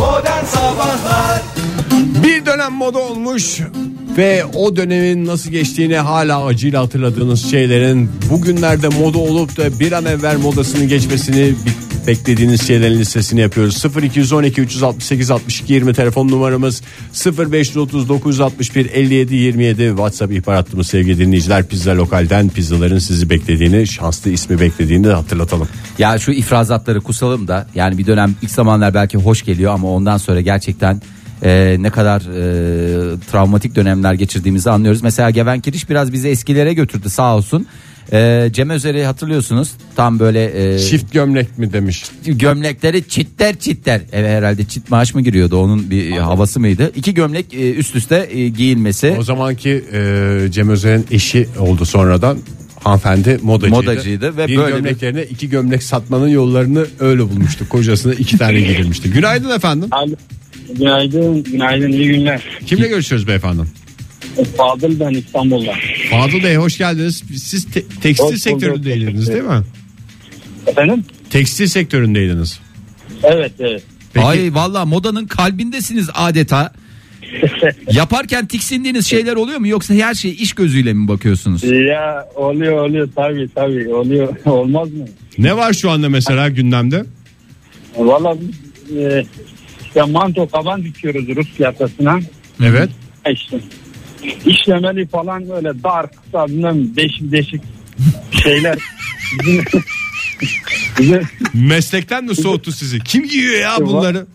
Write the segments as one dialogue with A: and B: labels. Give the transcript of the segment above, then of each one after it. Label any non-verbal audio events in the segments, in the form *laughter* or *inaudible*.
A: Modern Sabahlar
B: Bir dönem moda olmuş ve o dönemin nasıl geçtiğini hala acıyla hatırladığınız şeylerin bugünlerde moda olup da bir an evvel modasını geçmesini bi- beklediğiniz şeylerin listesini yapıyoruz. 0212 368 62 20 telefon numaramız 0530 961 57 27 WhatsApp ihbar hattımız sevgili dinleyiciler. Pizza lokalden pizzaların sizi beklediğini, şanslı ismi beklediğini de hatırlatalım.
C: Ya şu ifrazatları kusalım da yani bir dönem ilk zamanlar belki hoş geliyor ama ondan sonra gerçekten e, ne kadar e, travmatik dönemler geçirdiğimizi anlıyoruz. Mesela Geven Kiriş biraz bizi eskilere götürdü sağ olsun. E, Cem Özer'i hatırlıyorsunuz tam böyle e,
B: Çift gömlek mi demiş?
C: gömlekleri çitler çitler. Eve herhalde çit maaş mı giriyordu onun bir e, havası mıydı? İki gömlek e, üst üste e, giyilmesi.
B: O zamanki e, Cem Özer'in eşi oldu sonradan hanımefendi modacıydı.
C: Modacıydı ve
B: bir
C: böyle
B: gömlek yerine iki gömlek satmanın yollarını öyle bulmuştu. Kocasına iki tane girilmişti. Günaydın efendim.
D: Abi, günaydın, günaydın, iyi günler.
B: Kimle görüşüyoruz beyefendi?
D: Fadıl ben İstanbul'dan.
B: Fadıl Bey hoş geldiniz. Siz te- tekstil
D: Hoş bulduk.
B: sektöründeydiniz değil mi?
D: Efendim?
B: Tekstil sektöründeydiniz.
D: Evet, evet.
B: Peki.
C: Ay valla modanın kalbindesiniz
B: *laughs*
C: adeta. Yaparken tiksindiğiniz şeyler oluyor mu yoksa her şeye iş gözüyle mi bakıyorsunuz?
D: Ya oluyor, oluyor tabii tabii oluyor. *laughs* Olmaz mı?
B: Ne var şu anda mesela gündemde?
D: Valla biz, e, ya manto kaban dikiyoruz Rus yakasına.
B: Evet.
D: İşte işlemeli falan böyle dar kısa bilmem değişik değişik *laughs* şeyler. Bizim- bizim-
B: Meslekten mi soğuttu sizi? Kim giyiyor ya bunları?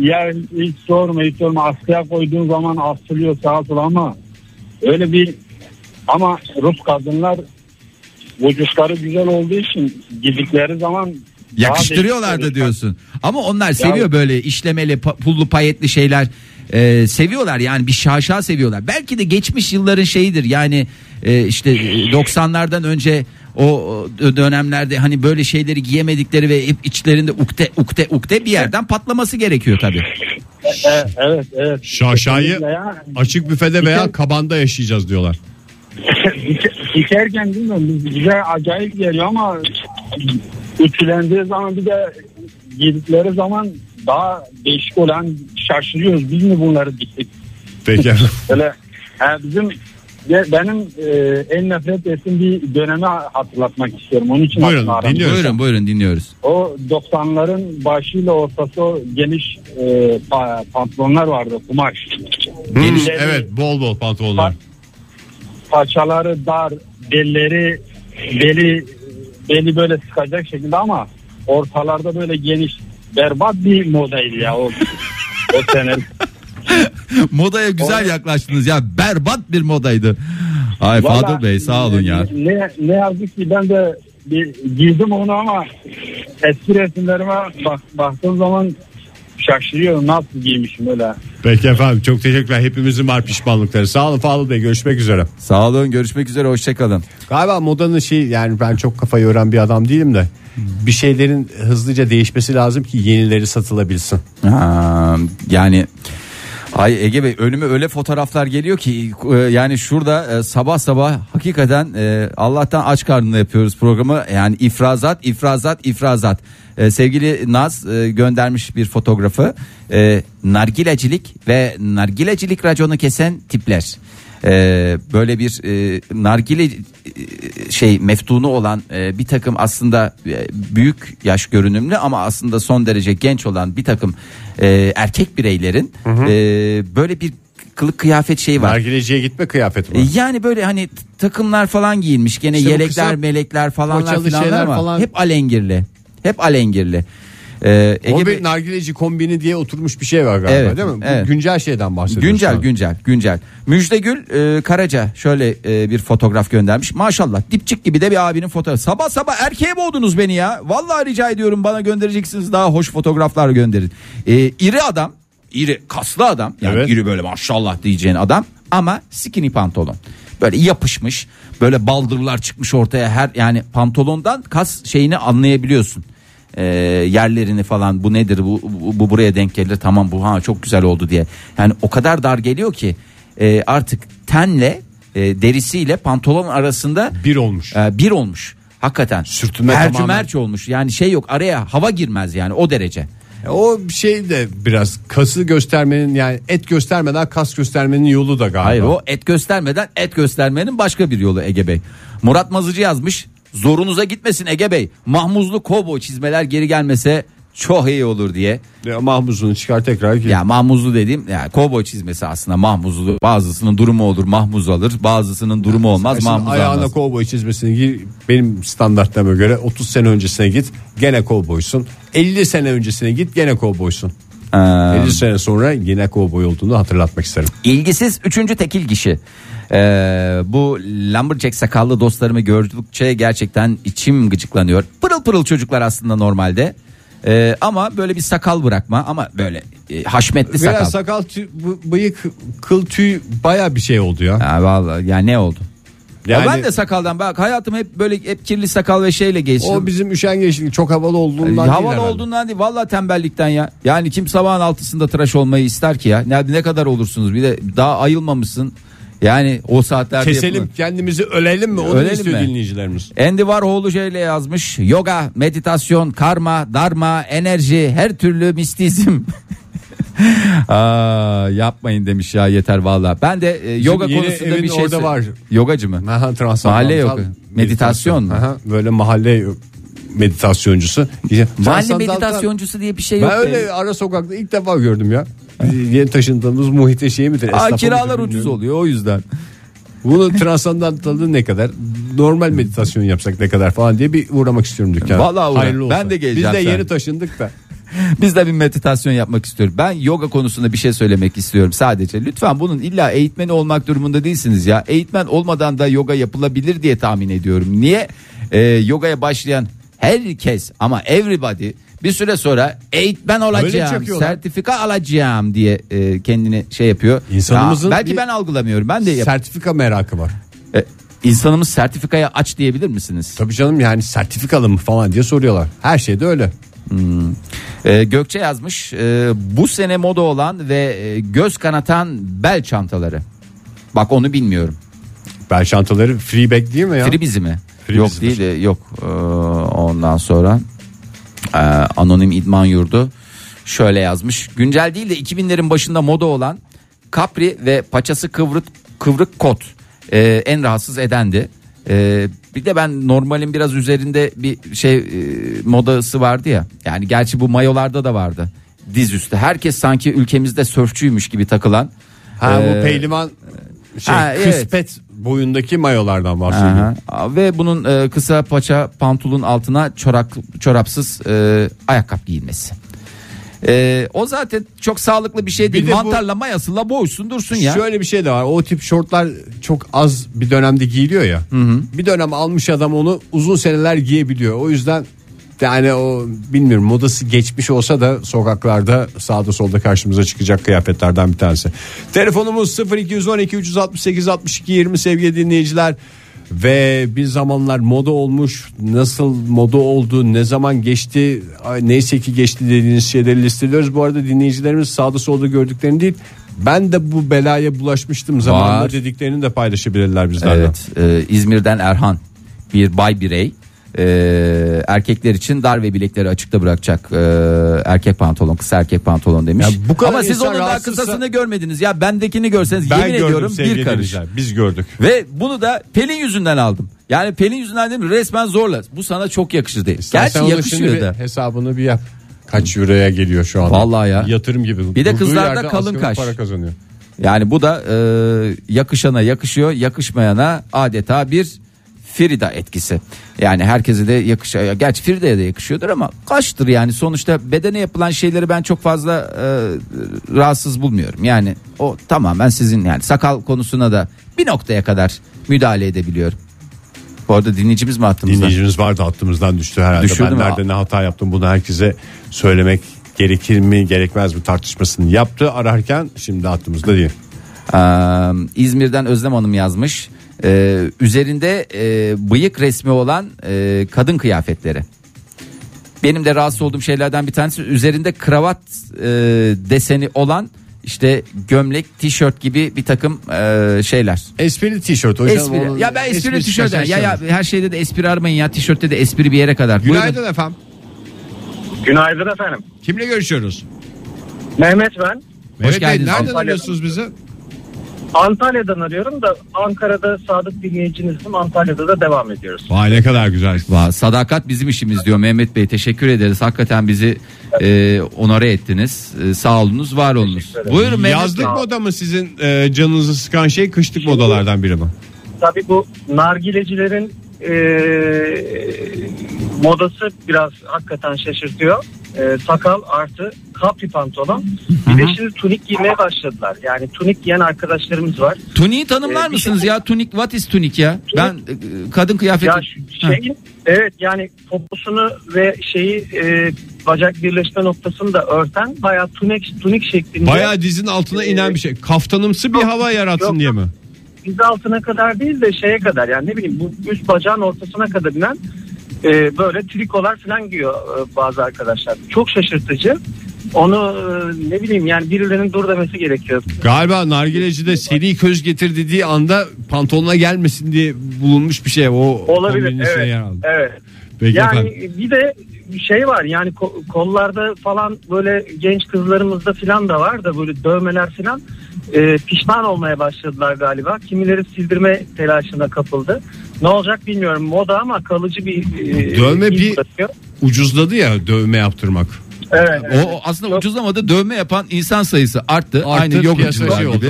D: Ya hiç sorma hiç sorma askıya koyduğun zaman asılıyor sağa sola ama öyle bir ama Rus kadınlar vücutları güzel olduğu için giydikleri zaman daha
C: Yakıştırıyorlar da
D: değişik-
C: diyorsun. Ama onlar seviyor böyle işlemeli pa- pullu payetli şeyler. Ee, seviyorlar yani bir şaşa seviyorlar. Belki de geçmiş yılların şeyidir yani e, işte e, 90'lardan önce o o dönemlerde hani böyle şeyleri giyemedikleri ve hep içlerinde ukde ukde ukde bir yerden patlaması gerekiyor tabii.
D: E, evet evet.
B: Şaşayı
D: Kesinlikle ya. *laughs*
B: açık büfede veya kabanda yaşayacağız diyorlar.
D: Dike- Dikerken bilmiyorum biz- bize acayip geliyor ama ütülendiği zaman bir de giydikleri zaman daha değişik olan şaşırıyoruz. Biz mi bunları diktik?
B: Peki.
D: Öyle yani bizim ya benim e, en nefret ettiğim bir dönemi hatırlatmak istiyorum. Onun için
B: Buyurun,
D: aslında aradım.
B: dinliyorum.
C: Buyurun buyurun dinliyoruz.
D: O 90'ların başıyla ortası o geniş e, pa- pantolonlar vardı kumaş.
B: *laughs* Hmm,
D: Yenileri-
B: evet bol bol pantolonlar.
D: Paçaları dar, belleri beli beli böyle sıkacak şekilde ama ortalarda böyle geniş berbat bir modaydı ya o o sene.
C: *laughs*
B: *laughs*
C: Modaya güzel yaklaştınız ya berbat bir modaydı. Ay Fadıl
D: Vallahi
C: Bey sağ olun ya.
D: Ne, ne yazık ki ben de bir giydim onu ama eski resimlerime bak, baktığım zaman şaşırıyorum nasıl giymişim öyle.
B: Peki efendim çok teşekkürler. Hepimizin var pişmanlıkları. Sağ olun Fadıl Bey görüşmek üzere.
C: Sağ olun görüşmek üzere hoşçakalın.
B: Galiba modanın şey yani ben çok kafa yoran bir adam değilim de bir şeylerin hızlıca değişmesi lazım ki yenileri satılabilsin.
C: Ha, yani ay Ege Bey önüme öyle fotoğraflar geliyor ki e, yani şurada e, sabah sabah hakikaten e, Allah'tan aç karnına yapıyoruz programı. Yani ifrazat ifrazat ifrazat. E, sevgili Naz e, göndermiş bir fotoğrafı. E, nargilecilik ve nargilecilik raconu kesen tipler. E, böyle bir e, nargile e, şey meftunu olan e, bir takım aslında e, büyük yaş görünümlü ama aslında son derece genç olan bir takım e, erkek bireylerin e, böyle bir kılık kıyafet şeyi var.
B: Nargileciye gitme kıyafeti
C: E,
B: var.
C: Yani böyle hani t- takımlar falan giyinmiş gene
B: İşte bu
C: yelekler
B: kısa
C: melekler falanlar
B: poçalı
C: filanlar
B: şeyler
C: ama
B: falan.
C: hep alengirli. Hep alengirli. E, Ege
B: O
C: Bey-
B: bir nargileci kombini diye oturmuş bir şey var galiba
C: Evet,
B: değil mi? Bu
C: evet.
B: Güncel şeyden bahsediyoruz.
C: Güncel
B: şu an.
C: güncel güncel. Müjde Gül e, Karaca şöyle e, bir fotoğraf göndermiş. Maşallah dipçik gibi de bir abinin fotoğrafı. Sabah sabah erkeğe boğdunuz beni ya. Vallahi rica ediyorum bana göndereceksiniz daha hoş fotoğraflar gönderin. E, iri adam, iri kaslı adam. Yani
B: Evet.
C: iri böyle maşallah diyeceğin adam ama skinny pantolon. Böyle yapışmış, böyle baldırlar çıkmış ortaya her yani pantolondan kas şeyini anlayabiliyorsun. E, yerlerini falan bu nedir bu, bu bu buraya denk gelir tamam bu ha çok güzel oldu diye. Yani o kadar dar geliyor ki e, artık tenle e, derisiyle pantolon arasında
B: Bir olmuş.
C: e, bir olmuş. Hakikaten.
B: Sürtünme
C: Hercümerç
B: tamamen.
C: olmuş. Yani şey yok araya hava girmez yani o derece.
B: O şey de biraz kası göstermenin yani et göstermeden kas göstermenin yolu da galiba.
C: Hayır o et göstermeden et göstermenin başka bir yolu Ege Bey. Murat Mazıcı yazmış. Zorunuza gitmesin Ege Bey. Mahmuzlu kovboy çizmeler geri gelmese çok iyi olur diye.
B: Ya E, Mahmuzunu çıkar tekrar gir.
C: Ya mahmuzlu dediğim ya kovboy çizmesi aslında mahmuzlu. Bazısının durumu olur mahmuz alır. Bazısının durumu olmaz
B: Şimdi
C: mahmuz
B: ayağına
C: almaz.
B: kovboy çizmesini gir. Benim standartlarıma göre 30 sene öncesine git gene kovboysun. 50 sene öncesine git gene kovboysun.
C: Ee,
B: 50 sene sonra yine kovboy olduğunu hatırlatmak isterim.
C: İlgisiz üçüncü tekil kişi. Ee, bu lumberjack sakallı dostlarımı gördükçe gerçekten içim gıcıklanıyor. Pırıl pırıl çocuklar aslında normalde. Ee, ama böyle bir sakal bırakma ama böyle e, haşmetli sakal.
B: Biraz sakal, tüy- bı- bıyık, kıl tüy baya bir şey oldu ya.
C: ya vallahi ya ne oldu?
B: Yani
C: ya ben de sakaldan bak hayatım hep böyle hep kirli sakal ve şeyle geçti.
B: o bizim üşengeçlik çok havalı olduğundan değil
C: Havalı
B: herhalde.
C: olduğundan değil valla tembellikten ya. Yani kim sabahın altısında tıraş olmayı ister ki ya? Ne, ne kadar olursunuz bir de daha ayılmamışsın. Yani o saatlerde
B: Keselim
C: yapılır.
B: kendimizi ölelim mi? Onu
C: Ölelim
B: istiyor
C: mi?
B: dinleyicilerimiz.
C: Andy Warhol'u şöyle yazmış. Yoga, meditasyon, karma, darma, enerji, her türlü mistizm. *laughs* Aa, yapmayın demiş ya yeter valla. Ben de e, yoga
B: yeni
C: konusunda
B: evin
C: bir şey
B: orada var.
C: Yogacı mı?
B: Aha, transandantal
C: Mahalle yoga. Meditasyon mu?
B: Aha, böyle mahalle meditasyoncusu.
C: Mahalle
B: Transandantal-
C: meditasyoncusu diye bir şey yok.
B: Ben
C: be.
B: öyle ara sokakta ilk defa gördüm ya. Yeni taşındığımız muhite şey midir?
C: Aa,
B: esnafı
C: kiralar
B: mıdır
C: ucuz
B: bilmiyorum.
C: oluyor o yüzden.
B: Bunu transandantalı ne kadar? Normal meditasyon yapsak ne kadar falan diye bir uğramak istiyorum dükkana.
C: Vallahi uğra.
B: Hayırlı olsun.
C: Ben de geleceğim
B: Biz de
C: sen.
B: yeni taşındık da.
C: Biz de bir meditasyon yapmak istiyorum. Ben yoga konusunda bir şey söylemek istiyorum sadece. Lütfen bunun illa eğitmeni olmak durumunda değilsiniz ya. Eğitmen olmadan da yoga yapılabilir diye tahmin ediyorum. Niye? Ee, yogaya başlayan herkes ama everybody bir süre sonra eğitmen olacağım,
B: yapıyorlar.
C: sertifika alacağım diye e, kendini şey yapıyor.
B: İnsanımızın
C: Ya, belki
B: bir-
C: ben algılamıyorum. Ben de *laughs* yap-
B: Sertifika merakı var.
C: E, insanımız sertifikaya aç diyebilir misiniz?
B: Tabii canım yani sertifikalı mı falan diye soruyorlar. Her şey de öyle.
C: Ee, Gökçe yazmış e, bu sene moda olan ve e, göz kanatan bel çantaları. Bak onu bilmiyorum.
B: Bel çantaları free bag değil mi ya?
C: Fribizi mi?
B: Fribizi
C: yok değil
B: midir?
C: de yok. Ee, ondan sonra e, anonim idman yurdu şöyle yazmış. Güncel değil de 2000'lerin başında moda olan kapri ve paçası kıvrık kıvrık kot e, en rahatsız edendi. E, bir de ben normalin biraz üzerinde bir şey e, modası vardı ya. Yani gerçi bu mayolarda da vardı. Diz üstü. Herkes sanki ülkemizde sörfçüymüş gibi takılan.
B: Ha
C: Ee, e,
B: bu pehlivan şey
C: ha, evet.
B: kıspet boyundaki mayolardan bahsediyor.
C: Aha. Ve bunun e, kısa paça pantolon altına çorak çorapsız e, ayakkabı giyilmesi. E, o zaten çok sağlıklı bir şey değil.
B: de bu-
C: Mantarla mayasıyla boğuşsun dursun ya.
B: Şöyle bir şey de var. O tip şortlar çok az bir dönemde giyiliyor ya. Bir dönem almış adam onu uzun seneler giyebiliyor. O yüzden yani o bilmiyorum modası geçmiş olsa da sokaklarda sağda solda karşımıza çıkacak kıyafetlerden bir tanesi. Telefonumuz 0212 368 62 20 sevgili dinleyiciler. Ve bir zamanlar moda olmuş nasıl moda oldu ne zaman geçti ay neyse ki geçti dediğiniz şeyleri listeliyoruz. Bu arada dinleyicilerimiz sağda solda gördüklerini değil ben de bu belaya bulaşmıştım zamanında
C: Var.
B: dediklerini de paylaşabilirler bizlerle.
C: Evet. e, İzmir'den Erhan bir bay birey. E, erkekler için dar ve bilekleri açıkta bırakacak e, erkek pantolon kısa erkek pantolon demiş.
B: Ya bu kadar
C: Ama siz
B: insan
C: onun daha
B: rahatsızsa-
C: kısasını görmediniz ya bendekini görseniz
B: Ben
C: yemin
B: gördüm
C: ediyorum bir
B: sevgili
C: karış.
B: dinleyiciler, Biz gördük.
C: Ve bunu da Pelin yüzünden aldım. Yani Pelin yüzünden değil mi? Resmen zorla. Bu sana çok yakışır diye. Gerçi
B: Sen onu şimdi
C: yakışıyor
B: bir
C: da.
B: hesabını bir yap. Kaç euroya geliyor şu anda?
C: Vallahi ya.
B: Yatırım gibi.
C: Bir de
B: Durduğu
C: kızlarda
B: yerde
C: kalın
B: asgari
C: kaş.
B: Para kazanıyor.
C: Yani bu da e, yakışana yakışıyor, yakışmayana adeta bir Frida etkisi. Yani herkese de yakışıyor. Gerçi Frida'ya da yakışıyordur ama kaçtır yani sonuçta bedene yapılan şeyleri ben çok fazla e, rahatsız bulmuyorum. Yani o tamamen sizin yani sakal konusuna da bir noktaya kadar müdahale edebiliyorum. Bu arada dinleyicimiz mi attığımızda?
B: Dinleyicimiz vardı hattımızdan düştü herhalde.
C: Düşürdü
B: ben
C: mü?
B: nerede ne hata yaptım bunu herkese söylemek gerekir mi gerekmez mi tartışmasını yaptı ararken şimdi hattımızda değil.
C: Ee, İzmir'den Özlem Hanım yazmış. Ee, üzerinde e, bıyık resmi olan e, kadın kıyafetleri. Benim de rahatsız olduğum şeylerden bir tanesi üzerinde kravat e, deseni olan işte gömlek, tişört gibi bir takım e, şeyler.
B: Esprili tişört hocam.
C: Espri.
B: Onun-
C: Ya ben espri
B: esprisi
C: tişört ya,
B: şaşırtıyor.
C: ya her şeyde de espri aramayın ya tişörtte de espri bir yere kadar. Buyurun.
B: Günaydın efendim.
E: Günaydın efendim.
B: Kimle görüşüyoruz?
E: Mehmet ben.
B: Mehmet Bey
C: geldiniz.
B: nereden
E: Antalya'dan.
B: arıyorsunuz bizi?
E: Antalya'dan arıyorum da Ankara'da sadık dinleyicinizim. Antalya'da da devam ediyoruz.
B: Vay ne kadar güzel.
C: Valla Sadakat bizim işimiz diyor Mehmet Bey. Teşekkür ederiz. Hakikaten bizi e, onore ettiniz. E, sağ olunuz, var olunuz.
E: Teşekkür ederim.
C: Buyurun Mehmet
B: Yazlık
C: Bey.
B: moda mı sizin e, canınızı sıkan şey kışlık modalardan biri mi?
E: Tabii bu nargilecilerin eee, Ee, modası biraz hakikaten şaşırtıyor. Eee, sakal artı kapri pantolon. Bir de şimdi tunik giymeye başladılar. Yani tunik giyen arkadaşlarımız var.
C: Tuniği tanımlar
E: Ee, bir
C: mısınız
E: şey-
C: ya? Tunik, what is tunik ya? Ben e, kadın kıyafeti...
E: Ya şu şeyin evet yani poposunu ve şeyi eee, bacak birleşme noktasını da örten bayağı tunik tunik şeklinde.
B: Bayağı dizin altına inen bir şey. Kaftanımsı bir
E: Yok,
B: hava yaratsın
E: yok.
B: diye mi?
E: diz altına kadar değil de şeye kadar yani ne bileyim bu üst bacağın ortasına kadar inen e, böyle trikolar falan giyiyor e, bazı arkadaşlar. Çok şaşırtıcı. Onu e, ne bileyim yani birilerinin dur demesi gerekiyor.
B: Galiba nargileci de seri köz getir dediği anda pantolonuna gelmesin diye bulunmuş bir şey. O
E: Olabilir.
B: kombinin içine
E: Evet.
B: yer aldı.
E: Evet.
B: Peki efendim.
E: Yani bir de şey var yani ko- kollarda falan böyle genç kızlarımızda falan da var da böyle dövmeler falan e, pişman olmaya başladılar galiba. Kimileri sildirme telaşına kapıldı. Ne olacak bilmiyorum moda ama kalıcı bir e,
B: Dövme
E: iz
B: bir-
E: bırakıyor.
B: Ucuzladı ya dövme yaptırmak.
E: Evet,
C: O o aslında ucuzlamadı. Dövme yapan insan sayısı arttı. Aynı yok
B: piyasa şey
C: gibi.
B: oldu.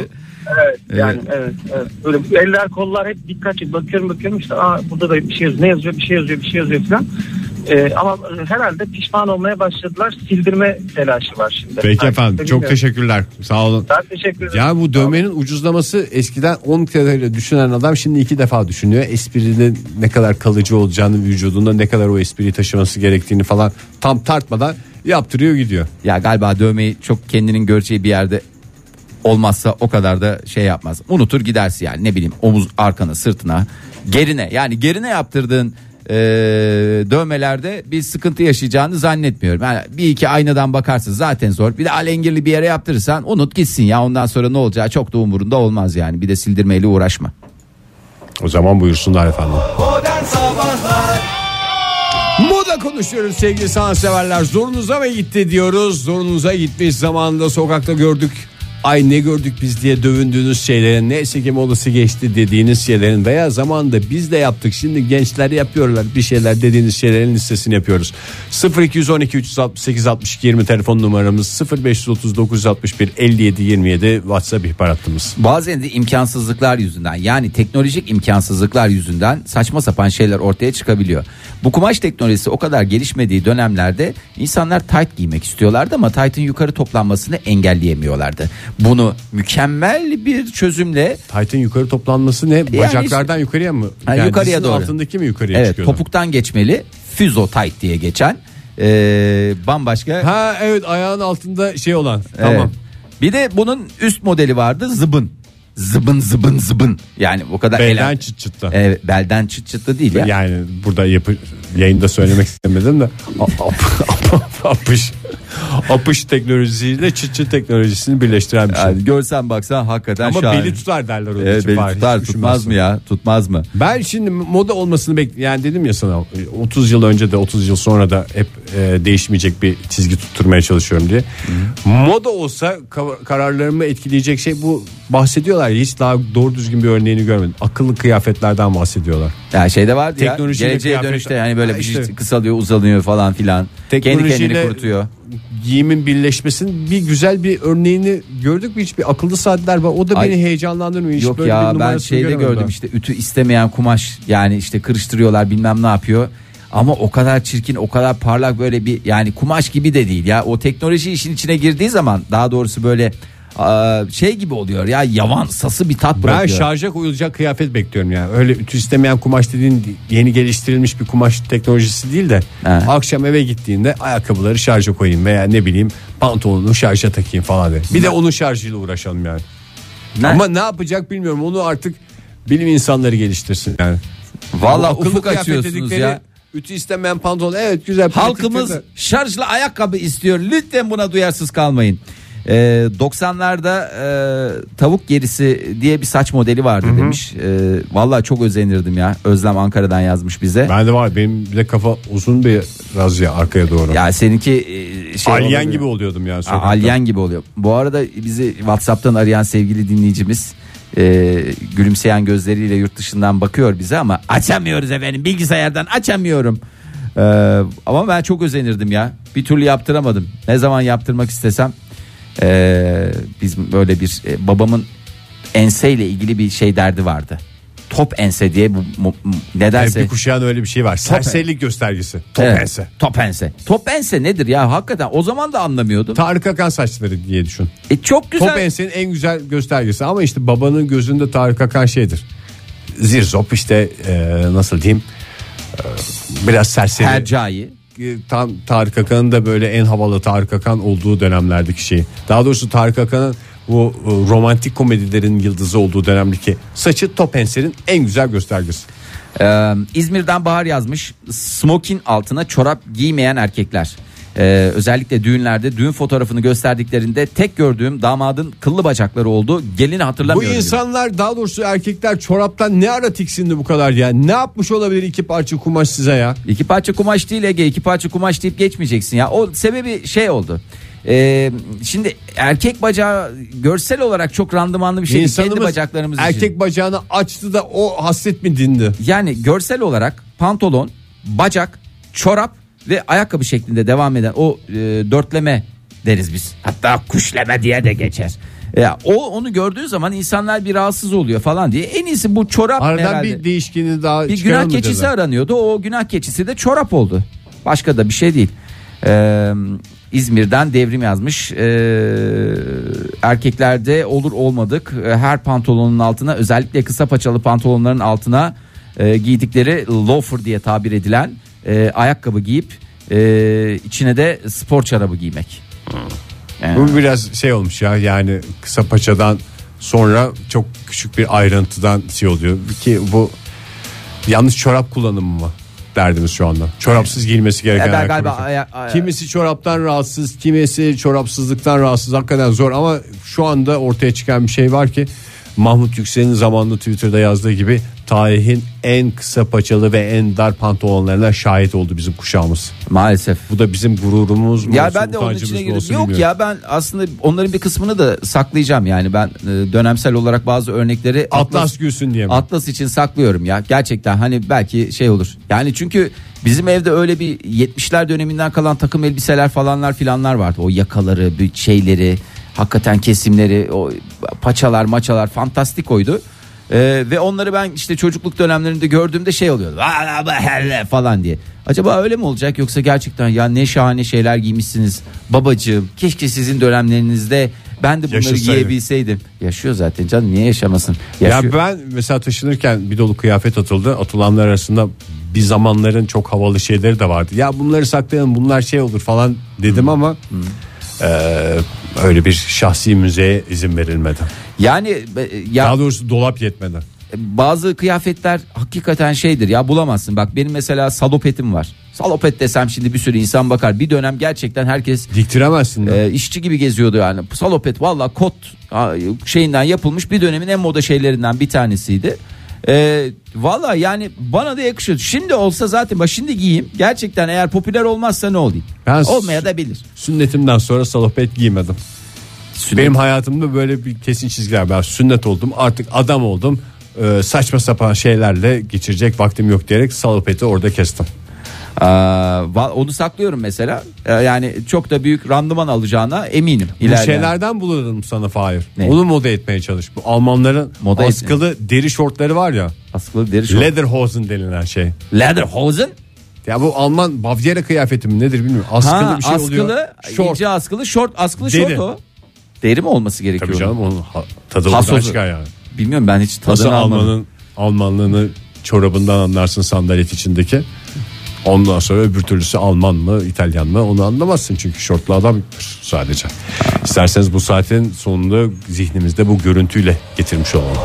E: evet, yani evet, evet. Böyle eller kollar hep dikkatli bakıyorum bakıyorum işte aa burada da bir şey yazıyor. Ne yazıyor? Bir şey yazıyor, bir şey yazıyor falan. E, ama herhalde pişman olmaya başladılar. Sildirme telaşı var şimdi.
B: Peki
E: Ha,
B: efendim. Çok
E: bilmiyorum.
B: teşekkürler. Sağ olun.
E: Ben teşekkür ederim.
B: Ya bu dövmenin ucuzlaması eskiden 10 kere düşünen adam şimdi iki defa düşünüyor. Esprinin ne kadar kalıcı olacağını vücudunda ne kadar o espriyi taşıması gerektiğini falan tam tartmadan yaptırıyor gidiyor.
C: Ya galiba dövmeyi çok kendinin göreceği bir yerde olmazsa o kadar da şey yapmaz. Unutur gidersin yani ne bileyim omuz arkana sırtına gerine yani gerine yaptırdığın e, dövmelerde bir sıkıntı yaşayacağını zannetmiyorum. Yani bir iki aynadan bakarsın zaten zor bir de alengirli bir yere yaptırırsan unut gitsin ya ondan sonra ne olacağı çok da umurunda olmaz yani bir de sildirmeyle uğraşma.
B: O zaman buyursunlar efendim. Moda konuşuyoruz sevgili sanatseverler. Zorunuza mı gitti diyoruz. Zorunuza gitmiş zamanında sokakta gördük. Ay ne gördük biz diye dövündüğünüz şeylerin neyse ki modası geçti dediğiniz şeylerin veya zamanında biz de yaptık şimdi gençler yapıyorlar bir şeyler dediğiniz şeylerin listesini yapıyoruz. 0212 368 62 20 telefon numaramız 0539 61 57 27 WhatsApp ihbar hattımız.
C: Bazen de imkansızlıklar yüzünden yani teknolojik imkansızlıklar yüzünden saçma sapan şeyler ortaya çıkabiliyor. Bu kumaş teknolojisi o kadar gelişmediği dönemlerde insanlar tayt giymek istiyorlardı ama taytın yukarı toplanmasını engelleyemiyorlardı. Bunu mükemmel bir çözümle
B: Titan yukarı toplanması ne? Bacaklardan yukarıya mı?
C: Ha, yukarıya
B: dizinin
C: doğru.
B: altındaki mi yukarıya
C: evet
B: çıkıyordu?
C: topuktan geçmeli füzo tayt diye geçen e, bambaşka
B: Ha evet ayağın altında şey olan. Tamam.
C: Evet. Bir de bunun üst modeli vardı zıbın. Zıbın zıbın zıbın. Yani o kadar
B: Belden
C: eğlen-
B: çıt çıtta.
C: Evet, belden çıt çıtlı değil ya.
B: Yani burada yapı, yayında söylemek istemedim de a- ap- ap- apış apış teknolojisiyle çıt çıt teknolojisini birleştiren bir şey.
C: Yani görsen baksan hakikaten
B: Ama
C: şahane.
B: beli tutar derler onun
C: Evet,
B: için.
C: beli
B: Fahir,
C: tutar
B: hiç
C: tutmaz
B: üşümezsin.
C: mı ya tutmaz mı?
B: Ben şimdi moda olmasını bekliyorum. Yani dedim ya sana 30 yıl önce de 30 yıl sonra da hep e, değişmeyecek bir çizgi tutturmaya çalışıyorum diye. Moda olsa kar- kararlarımı etkileyecek şey bu bahsediyorlar. ya, Hiç daha doğru düzgün bir örneğini görmedim. Akıllı kıyafetlerden bahsediyorlar.
C: Ya şeyde vardı
B: Teknolojiyle
C: ya geleceğe
B: kıyafet-
C: dönüşte yani böyle
B: Ha,
C: bir şey
B: işte.
C: kısalıyor uzanıyor falan filan. Kendi kendini
B: Teknolojiyle-
C: kurutuyor.
B: Giyimin birleşmesinin bir güzel bir örneğini gördük mü hiçbir akıllı saatler var. O da
C: Ay.
B: beni heyecanlandırmıyor. Hiç
C: Yok
B: böyle bir
C: ya ben
B: numarasını
C: şeyde
B: göremedim
C: gördüm
B: ben.
C: işte ütü istemeyen kumaş yani işte kırıştırıyorlar bilmem ne yapıyor. Ama o kadar çirkin o kadar parlak böyle bir yani kumaş gibi de değil ya. O teknoloji işin içine girdiği zaman daha doğrusu böyle aa, şey gibi oluyor ya yavan sası bir tat
B: Ben
C: bırakıyor.
B: şarja koyulacak kıyafet bekliyorum yani. Öyle ütü istemeyen kumaş dediğin yeni geliştirilmiş bir kumaş teknolojisi değil de
C: He.
B: akşam eve gittiğinde ayakkabıları şarja koyayım veya ne bileyim pantolonu şarja takayım falan diye. Bir de onun şarjıyla uğraşalım yani.
C: Ne?
B: Ama ne yapacak bilmiyorum. Onu artık bilim insanları geliştirsin yani.
C: Vallahi
B: Akıllı
C: ufuk
B: kıyafet
C: açıyorsunuz
B: dedikleri
C: ya.
B: Ütü istemeyen pantolon evet güzel.
C: Halkımız şarjlı ayakkabı istiyor. Lütfen buna duyarsız kalmayın. Ee, E, 90'larda e, tavuk gerisi diye bir saç modeli vardı demiş. E, vallahi çok özenirdim ya. Özlem Ankara'dan yazmış bize.
B: Ben de var benim bir de kafa uzun bir razya arkaya doğru.
C: Ya seninki e, şey
B: Alien
C: olabilir.
B: gibi oluyordum yani.
C: A-
B: sokakta.
C: Alien gibi oluyor. Bu arada bizi WhatsApp'tan arayan sevgili dinleyicimiz e, gülümseyen gözleriyle yurt dışından bakıyor bize ama açamıyoruz efendim bilgisayardan açamıyorum. E, ama ben çok özenirdim ya. Bir türlü yaptıramadım. Ne zaman yaptırmak istesem e, biz böyle bir e, babamın enseyle ilgili bir şey derdi vardı. Top ense diye bu mu- mu-
B: Yani
C: nedense
B: Ee, bir kuşağın öyle bir şey var. Serserilik göstergesi.
C: Evet,
B: Topense.
C: top ense. Top ense nedir ya hakikaten o zaman da anlamıyordum.
B: Tarık Akan saçları diye düşün.
C: E, çok güzel.
B: Top ensenin en güzel göstergesi ama işte babanın gözünde Tarık Akan şeydir. Zirzop işte e, nasıl diyeyim e, biraz serseri.
C: Hercai.
B: E, Tam Tarık Akan'ın da böyle en havalı Tarık Akan olduğu dönemlerdeki şeyi. Daha doğrusu Tarık Akan'ın bu e, romantik komedilerin yıldızı olduğu dönemdeki saçı top ensenin en güzel göstergesi.
C: Ee, İzmir'den Bahar yazmış. Smokin altına çorap giymeyen erkekler. Ee, özellikle düğünlerde düğün fotoğrafını gösterdiklerinde tek gördüğüm damadın kıllı bacakları oldu. Gelini
B: Bu
C: hatırlamıyorum. diyor.
B: insanlar daha doğrusu erkekler çoraptan ne ara tiksindi bu kadar ya? Ne yapmış olabilir iki parça kumaş size ya?
C: İki parça kumaş değil Ege iki parça kumaş deyip geçmeyeceksin ya. O sebebi şey oldu. Ee, şimdi erkek bacağı görsel olarak çok randımanlı bir şey. değil. Kendi bacaklarımız için.
B: erkek bacağını açtı da o hasret mi dindi?
C: Yani görsel olarak pantolon, bacak, çorap ve ayakkabı şeklinde devam eden o e, dörtleme deriz biz. Hatta kuşleme diye de geçer. Ya o onu gördüğü zaman insanlar bir rahatsız oluyor falan diye. En iyisi bu çorap
B: Aradan
C: herhalde.
B: bir değişkini daha
C: Bir
B: çıkaralım
C: günah
B: mı
C: keçisi
B: dediler?
C: aranıyordu. O günah keçisi de çorap oldu. Başka da bir şey değil. Ee, İzmir'den devrim yazmış. Ee, erkeklerde olur olmadık. e, Her pantolonun altına özellikle kısa paçalı pantolonların altına e, giydikleri loafer diye tabir edilen e, ayakkabı giyip e, içine de spor çorabı giymek.
B: Bu biraz şey olmuş ya yani kısa paçadan sonra çok küçük bir ayrıntıdan şey oluyor ki bu yanlış çorap kullanımı mı? derdimiz şu anda. Çorapsız giyilmesi gereken
C: Ya E, ben
B: ayakkabı.
C: galiba aya- aya-
B: kimisi çoraptan rahatsız, kimisi çorapsızlıktan rahatsız. Hakikaten zor ama şu anda ortaya çıkan bir şey var ki Mahmut Yüksel'in zamanında Twitter'da yazdığı gibi tarihin en kısa paçalı ve en dar pantolonlarına şahit oldu bizim kuşağımız.
C: Maalesef.
B: Bu da bizim gururumuz mu
C: Ya
B: olsun,
C: ben de onun
B: utancımız
C: içine
B: mı
C: girdim. Yok
B: olsun bilmiyorum.
C: ya ben aslında onların bir kısmını da saklayacağım yani ben e, dönemsel olarak bazı örnekleri
B: Atlas gülsün diye mi?
C: Atlas için saklıyorum ya. Gerçekten hani belki şey olur. Yani çünkü bizim evde öyle bir 70'ler döneminden kalan takım elbiseler falanlar filanlar vardı. O yakaları, bir şeyleri, hakikaten kesimleri, o paçalar, maçalar fantastik oydu. Ee, ve onları ben işte çocukluk dönemlerinde gördüğümde şey oluyordu. "Vaa, bu hele" falan diye. Acaba öyle mi olacak yoksa gerçekten ya ne şahane şeyler giymişsiniz babacığım. Keşke sizin dönemlerinizde ben de bunları
B: Yaşasaydım.
C: giyebilseydim. Yaşıyor zaten canım niye yaşamasın? Yaşıyor.
B: Ya ben mesela taşınırken bir dolu kıyafet atıldı. Atılanlar arasında bir zamanların çok havalı şeyleri de vardı. Ya bunları saklayalım bunlar şey olur falan dedim ama eee, öyle bir şahsi müzeye izin verilmedi.
C: Yani e, ya
B: Daha doğrusu dolap yetmedi.
C: bazı kıyafetler hakikaten şeydir ya bulamazsın. Bak benim mesela salopetim var. Salopet desem şimdi bir sürü insan bakar. Bir dönem gerçekten herkes
B: Diktiremezsin de.
C: e, işçi gibi geziyordu yani. Salopet valla kot ha, şeyinden yapılmış bir dönemin en moda şeylerinden bir tanesiydi. E, valla yani bana da yakışıyor. Şimdi olsa zaten bak şimdi giyeyim. Gerçekten eğer popüler olmazsa ne olayım?
B: Ben-
C: Olmaya da bilir.
B: Sünnetimden sonra salopet giymedim. Benim hayatımda böyle bir kesin çizgiler. Ben sünnet oldum artık adam oldum. Eee, saçma sapan şeylerle geçirecek vaktim yok diyerek salopeti orada kestim.
C: Aa, va- onu saklıyorum mesela. Ee, yani çok da büyük randıman alacağına eminim.
B: Bu
C: ilerleyen.
B: şeylerden bulalım sana Fahir.
C: Ne?
B: Onu moda etmeye çalış. Bu Almanların
C: Moda
B: askılı deri şortları var ya.
C: Askılı deri şort.
B: Lederhosen denilen şey.
C: Lederhosen.
B: Ya bu Alman Bavyera kıyafeti mi nedir bilmiyorum. Askılı
C: Ha,
B: bir şey
C: askılı,
B: oluyor. Şort.
C: ince askılı, şort, askılı
B: Deri.
C: şort o. Deri mi olması gerekiyor?
B: Tabii canım onun ha- tadı
C: Hasozu.
B: oradan çıkar yani.
C: Bilmiyorum ben hiç tadını
B: Nasıl
C: almadım.
B: Alman'ın Almanlığını çorabından anlarsın sandalet içindeki. Ondan sonra öbür türlüsü Alman mı İtalyan mı onu anlamazsın çünkü şortlu adam sadece. İsterseniz bu saatin sonunda zihnimizde bu görüntüyle getirmiş olalım.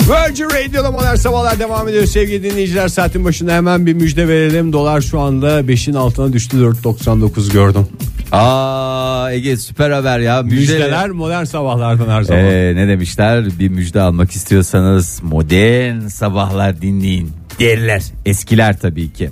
B: Virgin Radio'da modern sabahlar devam ediyor sevgili dinleyiciler. Saatin başında hemen bir müjde verelim. Dolar şu anda 5'in altına düştü 4.99 gördüm.
C: Aa Ege süper haber ya. Müjdeler.
B: Müjdeler modern sabahlardan her zaman.
C: Ee, ne demişler? Bir müjde almak istiyorsanız modern sabahlar dinleyin derler. Eskiler tabii ki.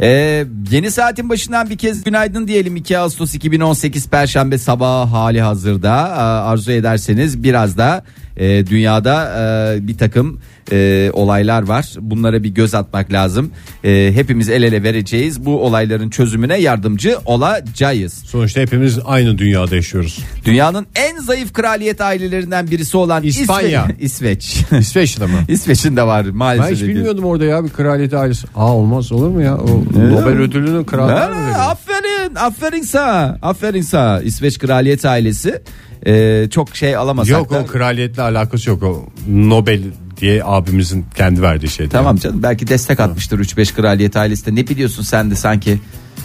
C: Ee, yeni saatin başından bir kez günaydın diyelim 2 Ağustos 2018 Perşembe sabahı hali hazırda Ee, arzu ederseniz biraz da e, dünyada e, bir takım e, olaylar var bunlara bir göz atmak lazım E, hepimiz el ele vereceğiz bu olayların çözümüne yardımcı olacağız
B: Sonuçta hepimiz aynı dünyada yaşıyoruz.
C: Dünyanın en zayıf kraliyet ailelerinden birisi olan
B: İspanya.
C: İsve- *laughs* İsveç.
B: İsveç'te mi?
C: İsveç'in de var maalesef.
B: Ben hiç
C: ki.
B: bilmiyordum orada ya bir kraliyet ailesi. Aa olmaz olur mu ya? O Nobel ödülünü krallar mı
C: Ha,
B: veriyor?
C: aferin, aferin sana. Aferin sana. İsveç kraliyet ailesi. Ee, çok şey alamasak
B: Yok
C: da.
B: o kraliyetle alakası yok o. Nobel diye abimizin kendi verdiği şey.
C: Tamam canım belki destek atmıştır 3-5 kraliyet ailesi de. Ne biliyorsun sen de sanki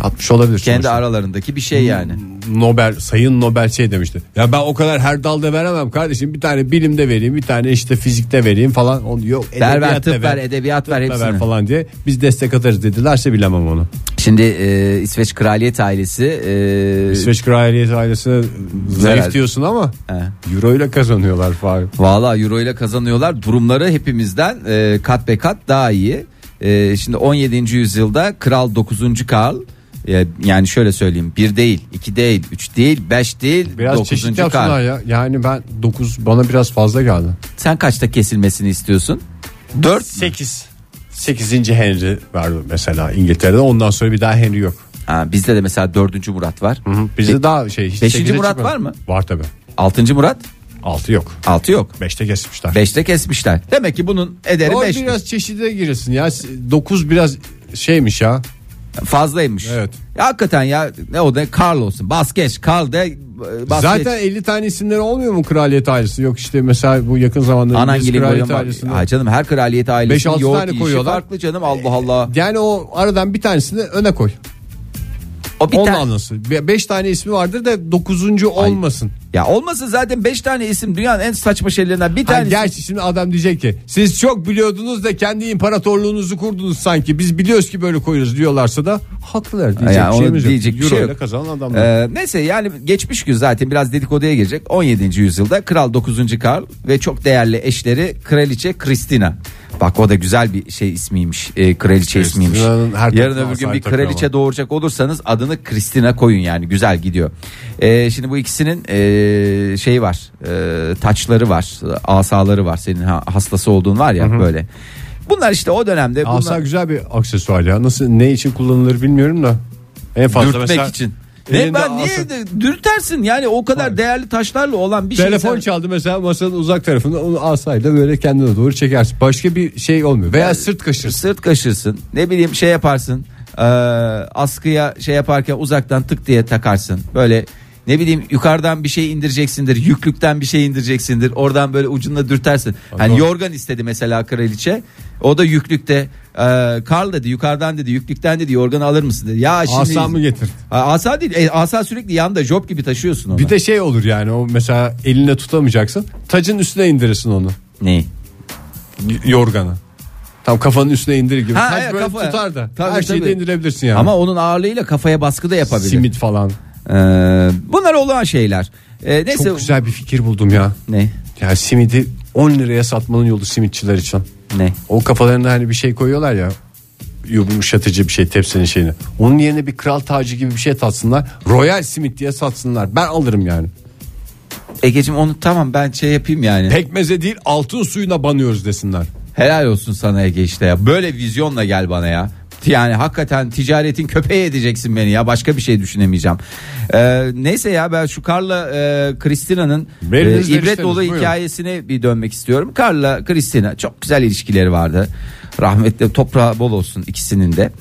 B: Atmış olabilir.
C: kendi
B: sonuçta.
C: aralarındaki bir şey yani.
B: Hmm. Nobel sayın Nobel şey demişti. Ya ben o kadar her dalda veremem kardeşim. Bir tane bilimde vereyim, bir tane işte fizikte vereyim falan. Onu yok
C: ver,
B: edebiyatta
C: tıp ver, edebiyat
B: tıp
C: ver
B: da
C: hepsini.
B: falan diye biz destek atarız dedilerse bilemem onu.
C: Şimdi e, İsveç kraliyet ailesi e,
B: İsveç kraliyet ailesine
C: Herhalde.
B: zayıf diyorsun ama
C: He.
B: euro ile kazanıyorlar Fahri.
C: Valla euro ile kazanıyorlar. Durumları hepimizden e, kat be kat daha iyi. E, şimdi 17. yüzyılda Kral 9. Karl e, yani şöyle söyleyeyim bir değil, iki değil, üç değil, beş değil,
B: Biraz
C: dokuzuncu
B: çeşit
C: 9.
B: yapsınlar
C: Karl.
B: ya. Yani ben 9 bana biraz fazla geldi.
C: Sen kaçta kesilmesini istiyorsun?
B: 4 8 8. Henry var mesela İngiltere'de. Ondan sonra bir daha Henry yok.
C: Ha, bizde de mesela 4. Murat var.
B: Bizde daha şey hiç
C: Beşinci
B: sekize
C: Murat
B: çıkmadı.
C: var mı?
B: Var tabii.
C: 6. Murat
B: 6 yok.
C: 6 yok.
B: 5'te kesmişler.
C: 5'te kesmişler. Demek ki bunun ederi
B: O
C: 5.
B: biraz çeşide girilsin ya. 9 biraz şeymiş ya.
C: Fazlaymış.
B: Evet.
C: Ya hakikaten ya ne o da Karl olsun. Bas geç. Karl de e, bas geç.
B: Zaten 50 tane isimleri olmuyor mu kraliyet ailesi? Yok işte mesela bu yakın zamanda
C: Anan
B: İngiliz
C: gibi
B: kraliyet
C: koyuyorum.
B: ailesinde.
C: Ay canım her kraliyet ailesi
B: Beş, altı
C: yoğurt
B: tane
C: işi
B: koyuyorlar.
C: farklı canım Allah
B: *laughs*
C: Allah.
B: Yani o aradan bir tanesini öne koy.
C: O bir
B: Onun
C: tane-
B: anlasın. 5 tane ismi vardır da 9. olmasın.
C: Ya olmasın zaten 5 tane isim dünyanın en saçma şeylerinden bir
B: Yani
C: tanesi.
B: gerçi şimdi adam diyecek ki siz çok biliyordunuz da kendi imparatorluğunuzu kurdunuz sanki. Biz biliyoruz ki böyle koyuyoruz diyorlarsa da haklılar diyecek
C: Ya
B: bir
C: onu
B: şeyimiz
C: diyecek bir
B: yok.
C: şey
B: Euro ile
C: yok.
B: kazanan adamlar.
C: Ee, neyse yani geçmiş gün zaten biraz dedikoduya girecek. 17. yüzyılda Kral 9. Karl ve çok değerli eşleri Kraliçe Kristina. Bak o da güzel bir şey ismiymiş. e, kraliçe ismiymiş.
B: Kristina'nın her
C: Yarın
B: toprağı
C: öbür gün bir
B: sahip takıyor
C: kraliçe
B: ama.
C: doğuracak olursanız adını Kristina koyun yani güzel gidiyor. Ee, şimdi bu ikisinin e, şeyi var. e, taçları var. Asaları var. Senin ha- hastası olduğun var ya böyle. Bunlar işte o dönemde bunlar
B: Asa güzel bir aksesuar ya. Nasıl ne için kullanılır bilmiyorum da. En fazla
C: dürtmek
B: mesela
C: için.
B: elinde
C: Ne ben
B: asa-
C: niye dürtersin yani o kadar
B: Hayır.
C: değerli taşlarla olan bir şey.
B: Telefon
C: sen-
B: çaldı mesela masanın uzak tarafında onu asayla böyle kendine doğru çekersin. Başka bir şey olmuyor. Veya sırt kaşırsın.
C: sırt kaşırsın. Ne bileyim şey yaparsın. Ee, askıya şey yaparken uzaktan tık diye takarsın. Böyle ne bileyim yukarıdan bir şey indireceksindir. Yüklükten bir şey indireceksindir. Oradan böyle ucunda dürtersin. Hani yorgan istedi mesela kraliçe. O da yüklükte e, Karl dedi yukarıdan dedi yüklükten dedi yorganı alır mısın dedi. Ya şimdi
B: Asa mı getir?
C: Ha, Asa değil. E, asa sürekli yanında job gibi taşıyorsun onu.
B: Bir de şey olur yani o mesela eline tutamayacaksın. Tacın üstüne indirirsin onu.
C: Neyi?
B: Y- Yorganı. Tam kafanın üstüne indirir gibi.
C: Ha,
B: Taç
C: evet,
B: böyle
C: kafaya.
B: tutar da.
C: Tabii,
B: Her şeyi
C: tabii.
B: de indirebilirsin yani.
C: Ama onun ağırlığıyla kafaya baskı da yapabilir.
B: simit falan.
C: Ee, bunlar olan şeyler. Ee, neyse.
B: Çok güzel bir fikir buldum ya.
C: Ne?
B: Ya simidi 10 liraya satmanın yolu simitçiler için.
C: Ne?
B: O kafalarına hani bir şey koyuyorlar ya yumuşatıcı bir şey tepsinin şeyini. Onun yerine bir kral tacı gibi bir şey tatsınlar. Royal simit diye satsınlar. Ben alırım yani.
C: Egeciğim onu tamam ben şey yapayım yani.
B: Pekmeze değil altın suyuna banıyoruz desinler.
C: Helal olsun sana Ege işte ya. Böyle vizyonla gel bana ya. Yani hakikaten ticaretin köpeği edeceksin beni ya. Başka bir şey düşünemeyeceğim. Ee, neyse ya ben şu Karla e, Kristina'nın e,
B: Veriniz,
C: ibret
B: verişleriniz,
C: dolu
B: buyurun.
C: hikayesine bir dönmek istiyorum. Karla Kristina çok güzel ilişkileri vardı. Rahmetli toprağı bol olsun ikisinin de.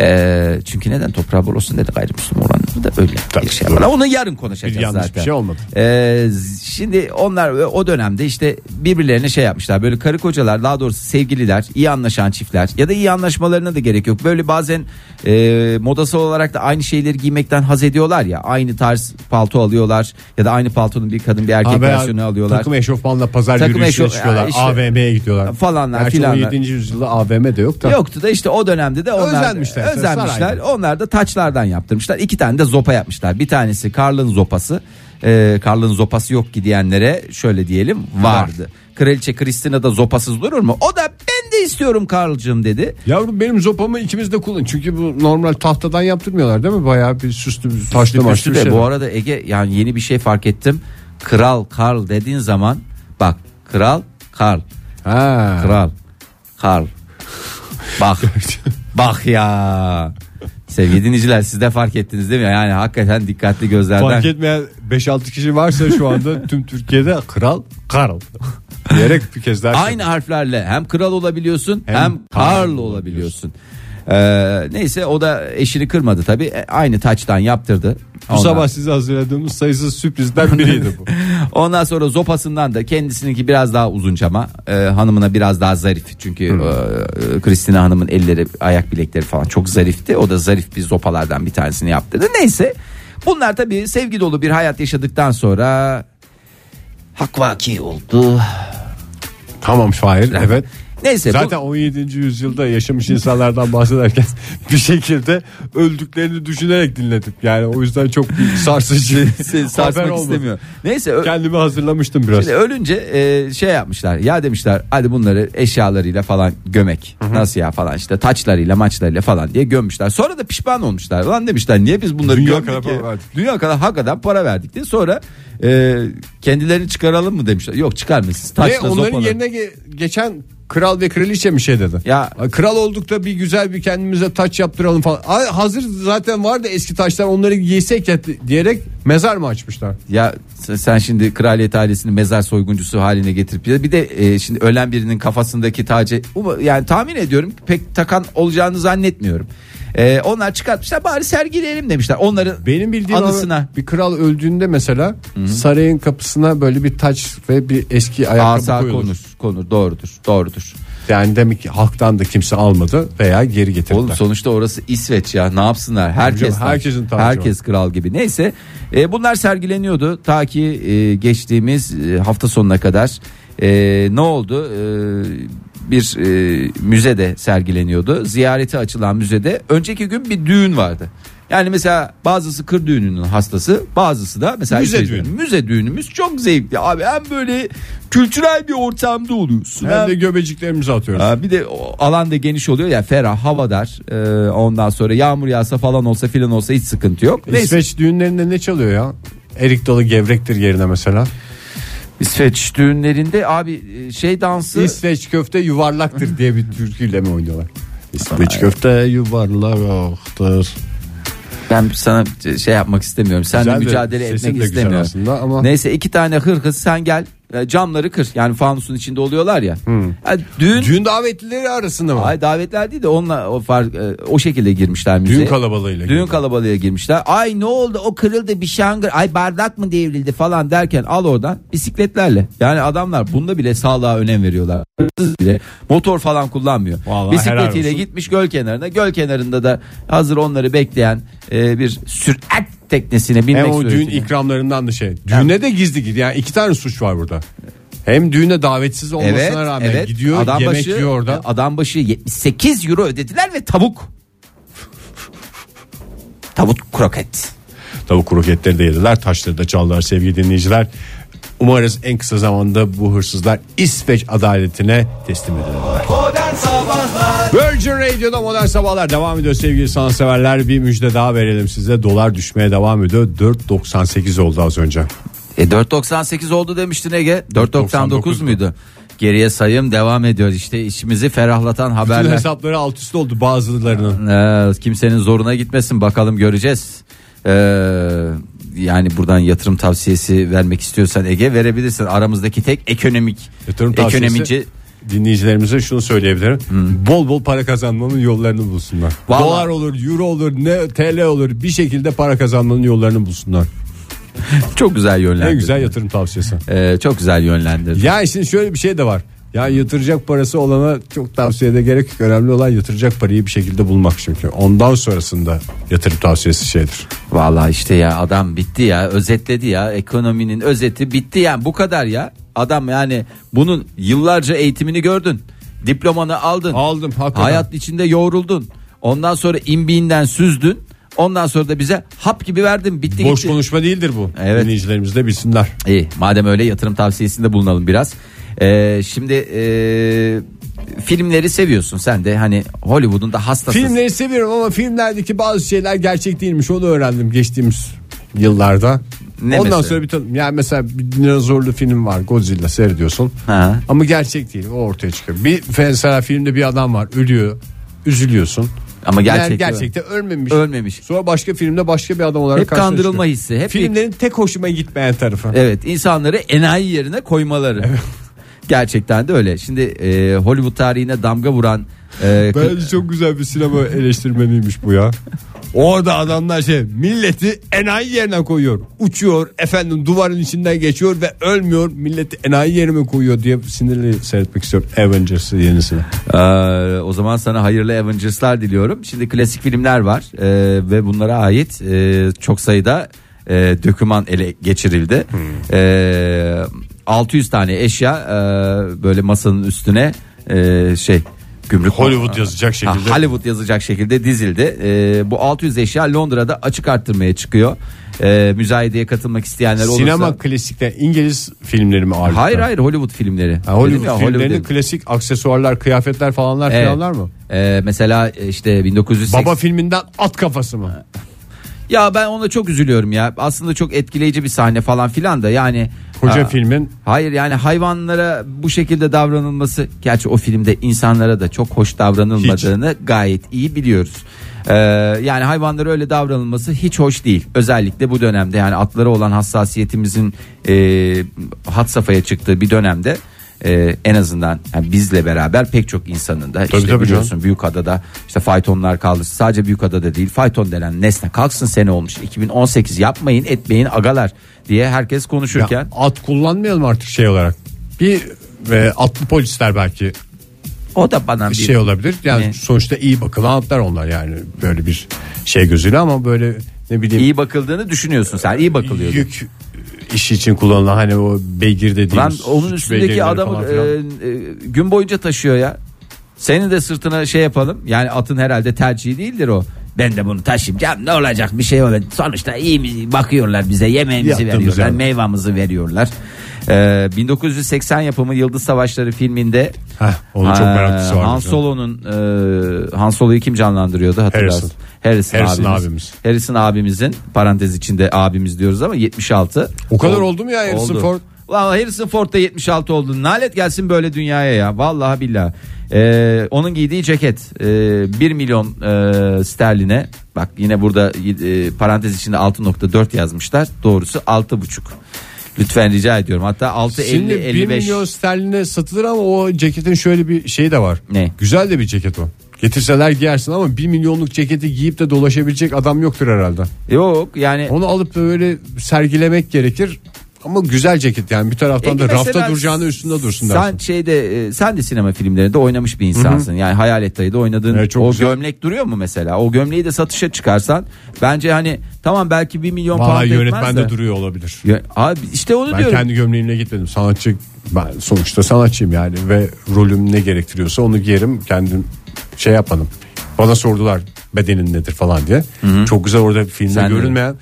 C: Ee, çünkü neden toprağı bol olsun dedi gayrimüslim olanlar da öyle
B: Tabii,
C: bir şey
B: doğru.
C: var. Onu yarın konuşacağız
B: Bir yanlış
C: zaten.
B: bir şey olmadı.
C: Ee, z- Şimdi onlar o dönemde işte birbirlerine şey yapmışlar. Böyle karı kocalar daha doğrusu sevgililer, iyi anlaşan çiftler ya da iyi anlaşmalarına da gerek yok. Böyle bazen e, modası olarak da aynı şeyleri giymekten haz ediyorlar ya. Aynı tarz palto alıyorlar ya da aynı paltonun bir kadın bir erkek
B: Abi,
C: versiyonu alıyorlar.
B: Takım eşofmanla pazar
C: Takım
B: yürüyüşüne
C: eşof-
B: çıkıyorlar.
C: Ya işte-
B: AVM'ye gidiyorlar.
C: Falanlar,
B: Gerçi
C: filanlar.
B: 17. yüzyılda AVM de yok da.
C: Yoktu da işte o dönemde de onlar
B: Özenmişler, sen
C: özenmişler.
B: sarayda.
C: Onlar da taçlardan yaptırmışlar. İki tane de zopa yapmışlar. Bir tanesi Karl'ın zopası. Ee, Karl'ın zopası yok ki diyenlere şöyle diyelim vardı. Kraliçe Kristina da zopasız durur mu? O da ben de istiyorum Karl'cığım dedi.
B: Yavrum benim zopamı ikimiz de kullan. Çünkü bu normal tahtadan yaptırmıyorlar değil mi? Bayağı bir süslü bir taşlı maçlı
C: Üstü
B: bir
C: de
B: şey.
C: bu arada Ege yani yeni bir şey fark ettim. Kral Karl dediğin zaman bak kral Karl
B: Ha.
C: kral Karl. *laughs* Bak bak ya. Sevgili dinleyiciler siz de fark ettiniz değil mi? Yani hakikaten dikkatli gözlerden.
B: Fark etmeyen 5-6 kişi varsa şu *laughs* anda tüm Türkiye'de kral Karl diyerek bir kez daha.
C: Aynı harflerle hem kral olabiliyorsun hem,
B: Hem
C: Karl
B: Karl
C: olabiliyorsun. Ee, neyse o da eşini kırmadı tabii. E, Aynı taçtan yaptırdı.
B: Bu
C: Ondan-
B: sabah size hazırladığımız sayısız sürprizden biriydi bu.
C: *laughs* Ondan sonra zopasından da kendisininki biraz daha uzunca ama e, hanımına biraz daha zarif. Çünkü e, e, Kristina Hanım'ın elleri, ayak bilekleri falan çok zarifti. O da zarif bir zopalardan bir tanesini yaptırdı. Neyse bunlar tabii sevgi dolu bir hayat yaşadıktan sonra hakvaki oldu.
B: *laughs* tamam Fahir evet.
C: Neyse bu- *laughs*
B: Zaten 17. yüzyılda yaşamış insanlardan bahsederken *laughs* bir şekilde öldüklerini düşünerek dinledim. Yani o yüzden çok bir *laughs* sarsıcı
C: seni
B: haber
C: sarsmak
B: olmadı.
C: istemiyor. Neyse ö-
B: Kendimi hazırlamıştım biraz.
C: Şimdi ölünce e, şey yapmışlar ya demişler hadi bunları eşyalarıyla falan gömek nasıl ya falan işte taçlarıyla maçlarıyla falan diye gömmüşler. Sonra da pişman olmuşlar lan demişler niye biz bunları
B: Dünya
C: gömdük
B: kadar
C: ki?
B: para verdik.
C: Dünya kadar hakikaten para verdik diye sonra e, kendilerini çıkaralım mı demişler. Yok çıkarmayın siz
B: Ve
C: taçla
B: onların
C: zopalı.
B: yerine ge- geçen kral ve kraliçe bir şey dedi.
C: Ya-
B: kral olduk da bir güzel bir kendimize taç yaptıralım falan. Ay, hazır zaten vardı eski taçlar onları giysek ya diyerek mezar mı açmışlar?
C: Ya sen- sen şimdi kraliyet ailesini mezar soyguncusu haline getirip bir de e, şimdi ölen birinin kafasındaki tacı Uma- yani tahmin ediyorum pek takan olacağını zannetmiyorum. E, onlar çıkartmışlar bari sergileyelim demişler. Onların
B: Benim bildiğim
C: anısına
B: abi, bir kral öldüğünde mesela sarayın kapısına böyle bir taç ve bir eski ayakkabı
C: asa
B: koyulur.
C: konur konur doğrudur doğrudur.
B: Yani demek ki halktan da kimse almadı veya geri getirdiler.
C: Oğlum sonuçta orası İsveç ya ne yapsınlar herkes
B: canım, herkesin tacı
C: herkes kral gibi neyse e, bunlar sergileniyordu ta ki e, geçtiğimiz e, hafta sonuna kadar E, ne oldu E, bir e, müzede sergileniyordu ziyarete açılan müzede önceki gün bir düğün vardı. Yani mesela bazısı kır düğününün hastası bazısı da mesela
B: Müze
C: İsveç
B: düğünü.
C: müze düğünümüz çok zevkli abi hem böyle kültürel bir ortamda oluyorsun hem
B: Hem de göbeciklerimizi atıyoruz.
C: Aa, bir de o alan da geniş oluyor ya ferah havadar Ee, ondan sonra yağmur yağsa falan olsa filan olsa hiç sıkıntı yok. Neyse. İsveç,
B: İsveç düğünlerinde ne çalıyor ya? Erik dalı gevrektir yerine mesela.
C: düğünlerinde abi e, şey dansı
B: İsveç köfte yuvarlaktır diye bir türküyle mi oynuyorlar? İsveç köfte yuvarlaktır.
C: ben sana şey yapmak istemiyorum seninle
B: Güzel de,
C: mücadele
B: sesin de
C: etmek
B: güzel
C: istemiyorum.
B: aslında ama-
C: Neyse iki tane hırkız sen gel e, camları kır yani fanusun içinde oluyorlar ya.
B: Hmm.
C: Ha, düğün
B: Düğün davetlileri arasında mı?
C: Ay davetler değil de onunla o fark e, o şekilde girmişler müzeye.
B: Düğün kalabalığıyla
C: Düğün
B: girdi.
C: kalabalığa girmişler. Ay ne oldu o kırıldı bir şangır. Ay bardak mı devrildi falan derken al oradan bisikletlerle. Yani adamlar bunda bile sağlığa önem veriyorlar. Hırsız bile motor falan kullanmıyor.
B: Vallahi helal
C: Bisikletiyle
B: olsun.
C: gitmiş göl kenarına. Göl kenarında da hazır onları bekleyen e, bir sürat teknesine binmek
B: Hem E, o düğün
C: suretiyle.
B: ikramlarından da şey. Düğüne de gizli gidiyor. Yani iki tane suç var burada. Hem düğüne davetsiz olmasına
C: Evet,
B: rağmen
C: evet.
B: gidiyor
C: adam
B: yemek
C: başı, e,
B: yiyor orada.
C: Adam başı 78 euro ödediler ve tavuk. Tavuk kroket.
B: Tavuk roketleri de yediler taşları da çaldılar sevgili dinleyiciler. Umarız en kısa zamanda bu hırsızlar İsveç adaletine teslim edilirler. Virgin Radio'da Modern Sabahlar devam ediyor sevgili sanatseverler. Bir müjde daha verelim size. Dolar düşmeye devam ediyor. 4.98 oldu az önce.
C: E 4.98 oldu demiştin Ege. 4.99
B: 4.99
C: muydu? Geriye sayım devam ediyor işte işimizi ferhlatan
B: Bütün
C: haberler.
B: hesapları alt üst oldu bazılarının.
C: Ee, kimsenin zoruna gitmesin bakalım göreceğiz. Ee, yani buradan yatırım tavsiyesi vermek istiyorsan Ege verebilirsin. Aramızdaki tek ekonomik
B: Yatırım tavsiyesi
C: ekonomici
B: dinleyicilerimize şunu söyleyebilirim. Bol bol para kazanmanın yollarını bulsunlar.
C: Vallahi-
B: Dolar olur, euro olur, ne TL olur bir şekilde para kazanmanın yollarını bulsunlar.
C: Çok güzel yönlendirdi.
B: En güzel yatırım tavsiyesi.
C: Ee, çok güzel yönlendirdi.
B: Ya şimdi şöyle bir şey de var. Ya yatıracak parası olana çok tavsiyede gerek yok. Önemli olan yatıracak parayı bir şekilde bulmak çünkü. Ondan sonrasında yatırım tavsiyesi şeydir.
C: Vallahi işte ya adam bitti ya özetledi ya ekonominin özeti bitti yani bu kadar ya. Adam yani bunun yıllarca eğitimini gördün. Diplomanı aldın.
B: Aldım hakikaten.
C: Hayat içinde yoğruldun. Ondan sonra imbiğinden süzdün. Ondan sonra da bize hap gibi verdin bitti
B: Boş
C: gitti.
B: konuşma değildir bu.
C: Evet.
B: Dinleyicilerimiz de bilsinler.
C: İyi madem öyle yatırım tavsiyesinde bulunalım biraz. Ee, şimdi ee, filmleri seviyorsun sen de hani Hollywood'un da hastasısın.
B: Filmleri seviyorum ama filmlerdeki bazı şeyler gerçek değilmiş. Onu öğrendim geçtiğimiz yıllarda.
C: Ne
B: Ondan
C: mesela?
B: sonra bir tanım. Yani mesela bir dinozorlu film var. Godzilla seyrediyorsun.
C: Ha.
B: Ama gerçek değil. O ortaya çıkıyor. Bir mesela filmde bir adam var. Ölüyor. Üzülüyorsun.
C: Ama gerçek
B: Meğer gerçekte ölmemiş.
C: Ölmemiş.
B: Sonra başka filmde başka bir adam olarak
C: Hep
B: karşına
C: kandırılma
B: çıkıyor.
C: hissi, hep
B: Filmlerin tek hoşuma gitmeyen tarafı.
C: Evet insanları enayi yerine koymaları. *laughs* Gerçekten de öyle. Şimdi e, Hollywood tarihine damga vuran e, kı-
B: Bence çok güzel bir sinema eleştirmeniymiş bu ya. Orada adamlar şey milleti enayi yerine koyuyor. Uçuyor efendim duvarın içinden geçiyor ve ölmüyor. Milleti enayi yerime koyuyor diye sinirli seyretmek istiyorum. Avengers'ı yenisini.
C: Ee, o zaman sana hayırlı Avengers'lar diliyorum. Şimdi klasik filmler var ee, ve bunlara ait e, çok sayıda e, döküman ele geçirildi. Ee, 600 tane eşya e, böyle masanın üstüne e, şey gümrük
B: Hollywood yazacak
C: Ha,
B: şekilde.
C: Hollywood yazacak şekilde dizildi. Ee, bu 600 eşya Londra'da açık arttırmaya çıkıyor. Ee, müzayedeye katılmak isteyenler olursa.
B: Sinema klasikte İngiliz filmleri mi ağırlıklı?
C: Hayır hayır Hollywood filmleri.
B: Ha, Hollywood
C: Dedim ya,
B: filmlerinin
C: Hollywood-
B: klasik aksesuarlar, kıyafetler falanlar
C: Evet.
B: falanlar mı?
C: Ee, mesela işte 1980
B: Baba filminden at kafası mı?
C: Ya ben ona çok üzülüyorum ya. Aslında çok etkileyici bir sahne falan filan da yani.
B: Koca
C: Aa,
B: filmin
C: Hayır yani hayvanlara bu şekilde davranılması gerçi o filmde insanlara da çok hoş davranılmadığını gayet iyi biliyoruz. Ee, yani hayvanlara öyle davranılması hiç hoş değil. Özellikle bu dönemde yani atlara olan hassasiyetimizin e, hat safhaya çıktığı bir dönemde e, en azından yani bizle beraber pek çok insanın da işte
B: tabii canım.
C: biliyorsun Büyükada'da işte faytonlar kaldı. Sadece Büyükada'da değil fayton denen nesne kalksın sene olmuş 2018 yapmayın etmeyin agalar diye herkes konuşurken.
B: Ya at kullanmayalım artık şey olarak. Bir e, atlı polisler belki
C: O da bana bir
B: şey olabilir. Yani
C: Ne?
B: sonuçta iyi bakılan atlar onlar yani böyle bir şey gözüyle ama böyle ne bileyim
C: iyi bakıldığını düşünüyorsun sen. iyi bakılıyor.
B: yük işi için kullanılan hani o beygir
C: Lan
B: dediğimiz.
C: onun
B: suç
C: üstündeki
B: beygirleri
C: adamı
B: falan filan.
C: e, e, gün boyunca taşıyor ya. Senin de sırtına şey yapalım. Yani atın herhalde tercihi değildir o. Ben de bunu taşıyacağım. Ne olacak bir şey olacak. Sonuçta iyi mi- bakıyorlar bize. Yemeğimizi
B: Yaptığımız
C: veriyorlar.
B: yani.
C: Meyvamızı veriyorlar. Ee, 1980 yapımı Yıldız Savaşları filminde
B: Heh, onun çok
C: Aa,
B: meraklısı vardı
C: Han
B: canım.
C: Solo'nun e, Han Solo'yu kim canlandırıyordu hatırlarsın. Harrison,
B: Harrison
C: abimiz.
B: abimiz.
C: Harrison abimizin parantez içinde abimiz diyoruz ama 76.
B: O kadar
C: Ol-
B: oldu mu ya Harrison Ford?
C: Vallahi Harrison Ford da 76 oldu. Nalet gelsin böyle dünyaya ya. Vallahi billahi. Ee, onun giydiği ceket e, 1 milyon e, sterline bak yine burada e, parantez içinde 6.4 yazmışlar. Doğrusu 6.5. Lütfen rica ediyorum. Hatta 6.50
B: Şimdi 1
C: 55.
B: milyon sterline satılır ama o ceketin şöyle bir şeyi de var.
C: Ne?
B: Güzel de bir ceket o. Getirseler giyersin ama 1 milyonluk ceketi giyip de dolaşabilecek adam yoktur herhalde.
C: Yok yani
B: Onu alıp da böyle sergilemek gerekir. Ama güzel ceket yani bir taraftan da
C: Peki E mesela
B: rafta duracağını üstünde dursun
C: sen
B: dersin.
C: şeyde e, sen de sinema filmlerinde oynamış bir insansın. Yani Hayalet Dayı'da oynadığın
B: Evet, çok
C: o
B: güzel.
C: gömlek duruyor mu mesela? O gömleği de satışa çıkarsan bence hani tamam belki 1 milyon
B: Valla
C: pound etmez
B: yönetmen
C: de.
B: de duruyor olabilir.
C: Ya- Abi işte onu
B: Ben
C: diyorum.
B: kendi gömleğimle gitmedim. Sanatçı ben sonuçta sanatçıyım yani ve rolüm ne gerektiriyorsa onu giyerim. Kendim şey yapmadım. Bana sordular bedenin nedir falan diye. Çok güzel orada filmde
C: Sen de-
B: görünmeyen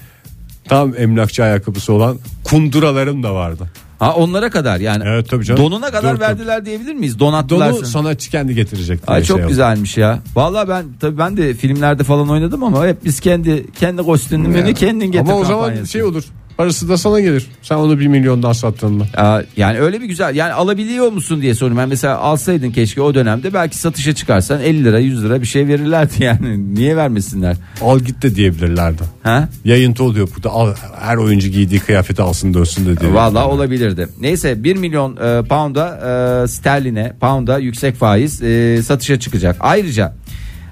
B: tam emlakçı ayakkabısı olan kunduralarım da vardı.
C: Ha onlara kadar yani.
B: Evet, tabii canım.
C: Donuna kadar
B: Dört-
C: verdiler diyebilir miyiz? Donattılar.
B: Donu
C: seni.
B: sanatçı kendi getirecek. diye
C: Ay çok
B: şey yaptım.
C: güzelmiş ya. Vallahi ben tabii ben de filmlerde falan oynadım ama hep biz kendi kendi kostümümüzü kendin getir.
B: Ama o zaman
C: kampanyası.
B: şey olur. Parası da sana gelir. Sen onu bir milyon daha sattığında.
C: Aa, Yani öyle bir güzel yani alabiliyor musun diye soruyorum. Ben mesela alsaydın keşke o dönemde belki satışa çıkarsan 50 lira 100 lira bir şey verirlerdi *laughs* yani. Niye vermesinler?
B: Al git de diyebilirlerdi.
C: Ha?
B: Yayıntı oluyor burada. Al, her oyuncu giydiği kıyafeti alsın dönsün de diye.
C: Vallahi olabilirdi. Neyse 1 milyon e, pound'a e, sterline pound'a yüksek faiz e, satışa çıkacak. Ayrıca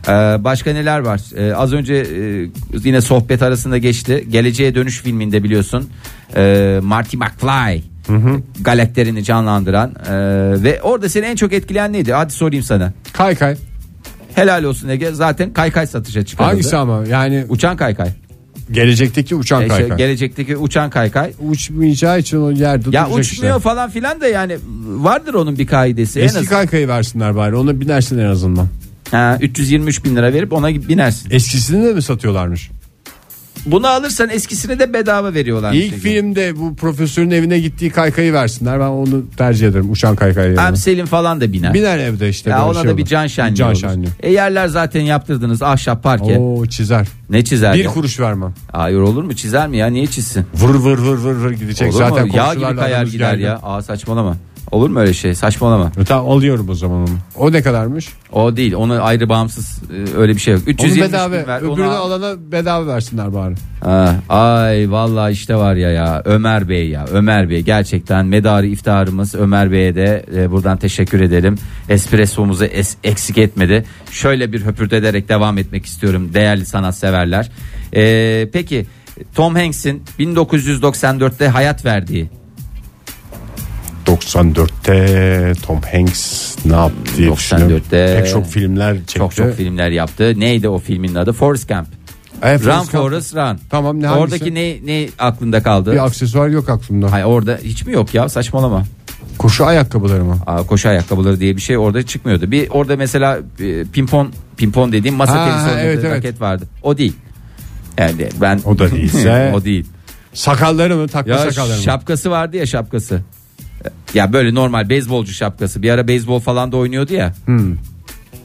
C: Ee, başka neler var? Ee, az önce e, yine sohbet arasında geçti. Geleceğe Dönüş filminde biliyorsun e, Marty McFly galakterini canlandıran e, ve orada seni en çok etkileyen neydi? Hadi sorayım sana.
B: Kay kay.
C: Helal olsun Ege. Zaten kaykay satışa çıkarıldı.
B: Hangisi ama yani
C: Uçan kaykay.
B: gelecekteki uçan
C: E, şey,
B: kay kay.
C: Gelecekteki uçan kaykay.
B: Uçmayacağı için o yerde
C: Ya
B: duracak
C: uçmuyor
B: işte.
C: falan filan da yani vardır onun bir kaidesi. en
B: Eski
C: azından.
B: kaykayı versinler bari ona binersin en azından.
C: Ha, 323 bin lira verip ona binersin.
B: Eskisini de mi satıyorlarmış?
C: Bunu alırsan eskisini de bedava veriyorlar.
B: İlk filmde bu profesörün evine gittiği kaykayı versinler. Ben onu tercih ederim. Uçan kaykayı. yerine.
C: Hem Selim falan da biner.
B: Biner evde işte.
C: Ya
B: böyle
C: ona
B: şey
C: da
B: olur.
C: bir can şenliği
B: Can
C: olur.
B: şenliği.
C: E yerler zaten yaptırdınız ahşap parke.
B: Oo çizer.
C: Ne çizer?
B: Bir
C: ya?
B: kuruş vermem.
C: Hayır olur mu çizer mi ya niye çizsin?
B: Vır vır vır vır vır gidecek.
C: olur
B: Zaten
C: mu? Yağ gibi
B: komşularla
C: kayar
B: aramız
C: gider
B: geldi.
C: ya. Aa saçmalama. Olur mu öyle şey? Saçmalama.
B: E, Tamam alıyorum o zaman onu. O ne kadarmış?
C: O değil. Onu ayrı bağımsız e, öyle bir şey yok.
B: Onu
C: 370
B: bedava.
C: bin ver, onu
B: Öbürünü
C: al.
B: alana bedava versinler bari.
C: Ha, ay vallahi işte var ya ya Ömer Bey ya Ömer Bey gerçekten medarı iftarımız Ömer Bey'e de e, buradan teşekkür edelim. Espressomuzu es- eksik etmedi. Şöyle bir höpürdederek devam etmek istiyorum değerli sanatseverler. E, peki Tom Hanks'in 1994'te hayat verdiği
B: 94'te Tom Hanks ne yaptı diye
C: 94'te
B: düşünüyorum. Pek çok filmler çekti.
C: çok çok filmler yaptı. Neydi o filmin adı? Forrest Gump.
B: Evet,
C: Run
B: Forrest Gump.
C: Forrest Run.
B: Tamam, ne hangisi?
C: Oradaki ne ne aklında kaldı?
B: Bir aksesuar yok aklımda.
C: Hayır orada hiç mi yok ya saçmalama.
B: Koşu ayakkabıları mı?
C: Aa, koşu ayakkabıları diye bir şey orada çıkmıyordu. Bir orada mesela e, pimpon pimpon dediğim masa
B: Ha,
C: tenisi oynadığı
B: evet, evet.
C: raket vardı. O değil. Yani ben
B: O da değilse-
C: *laughs* o değil.
B: Sakalları mı? Takma
C: Ya
B: sakalları mı?
C: şapkası vardı ya şapkası. Ya böyle normal beyzbolcu şapkası. Bir ara beyzbol falan da oynuyordu ya.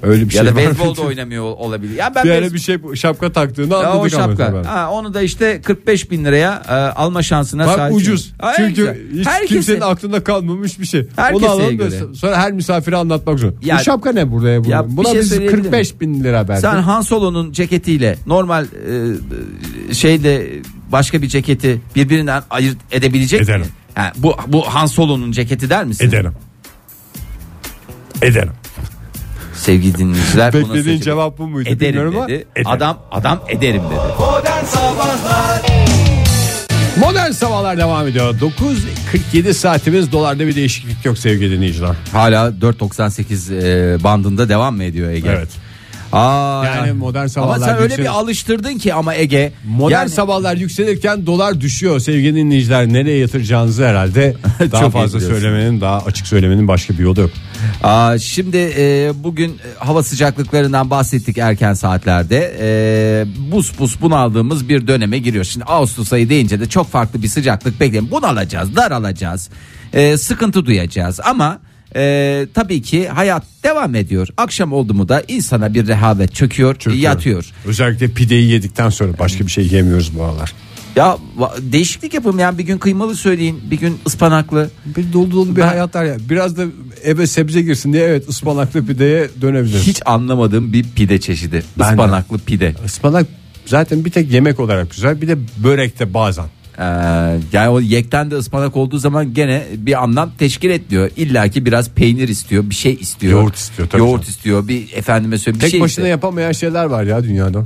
B: Öyle bir
C: ya
B: şey
C: da
B: var
C: beyzbol
B: mıydı?
C: da oynamıyor ol- olabilir. Ya ben
B: Bir
C: beyz-
B: ara bir şey şapka taktığını
C: Ya
B: anladık
C: o
B: ama
C: şapka.
B: ben.
C: Ha, onu da işte 45 bin liraya e, alma şansına
B: Bak
C: sahip.
B: ucuz.
C: Ay, güzel.
B: Çünkü hiç
C: Herkese-
B: kimsenin aklında kalmamış bir şey.
C: Herkese
B: Onu alalım da
C: göre.
B: sonra her misafire anlatmak zorunda.
C: Ya-
B: Bu şapka ne buraya? Ya,
C: Ya bir
B: Buna
C: şey
B: biz
C: söyleyebilir
B: 45 bin lira verdik.
C: Sen *laughs* Han Solo'nun ceketiyle normal e, şeyle başka bir ceketi birbirinden ayırt edebilecek
B: Ederim.
C: misin? Ha, bu bu Han Solo'nun ceketi der misin?
B: Ederim. Ederim.
C: Sevgili dinleyiciler bunu
B: Beklediğin
C: seçelim.
B: cevap bu muydu
C: ederim
B: bilmiyorum ama.
C: dedi.
B: Ederim.
C: Adam adam ederim dedi.
B: Modern sabahlar devam ediyor. 9.47 saatimiz dolarda bir değişiklik yok sevgili dinleyiciler.
C: Hala 4.98 e, bandında devam mı ediyor Ege?
B: Evet.
C: Aa,
B: Yani modern sabahlar
C: Ama sen öyle
B: yükseliş-
C: bir alıştırdın ki ama Ege.
B: Modern
C: yani-
B: sabahlar yükselirken dolar düşüyor sevgili dinleyiciler. Nereye yatıracağınızı *laughs* herhalde daha
C: Çok iyi
B: fazla
C: biliyorsun.
B: söylemenin, daha açık söylemenin başka bir yolu yok.
C: Aa, şimdi e, bugün e, hava sıcaklıklarından bahsettik erken saatlerde. E, buz buz bunaldığımız bir döneme giriyor. Şimdi Ağustos ayı deyince de çok farklı bir sıcaklık bekleyin. Bunalacağız, daralacağız, e, sıkıntı duyacağız ama... e, tabii ki hayat devam ediyor. Akşam oldu mu da insana bir rehavet çöküyor, yatıyor.
B: Özellikle pideyi yedikten sonra başka bir şey yemiyoruz bu aralar.
C: Ya va- değişiklik yapın yani bir gün kıymalı söyleyin, bir gün ıspanaklı.
B: Bir dolu dolu bir
C: Ben-
B: hayatlar ya. Biraz da eve sebze girsin diye evet ıspanaklı pideye dönebiliriz.
C: Hiç anlamadığım bir pide çeşidi.
B: Ben de.
C: Ispanaklı pide.
B: Ispanak zaten bir tek yemek olarak güzel bir de börekte bazen.
C: Ee, yani o yekten de ıspanak olduğu zaman gene bir anlam teşkil etmiyor. İlla ki biraz peynir istiyor, bir şey istiyor.
B: Yoğurt istiyor tabii
C: Yoğurt
B: canım.
C: istiyor. Bir efendime söyleyeyim bir
B: Tek
C: şey
B: başına
C: istiyor.
B: yapamayan şeyler var ya dünyada.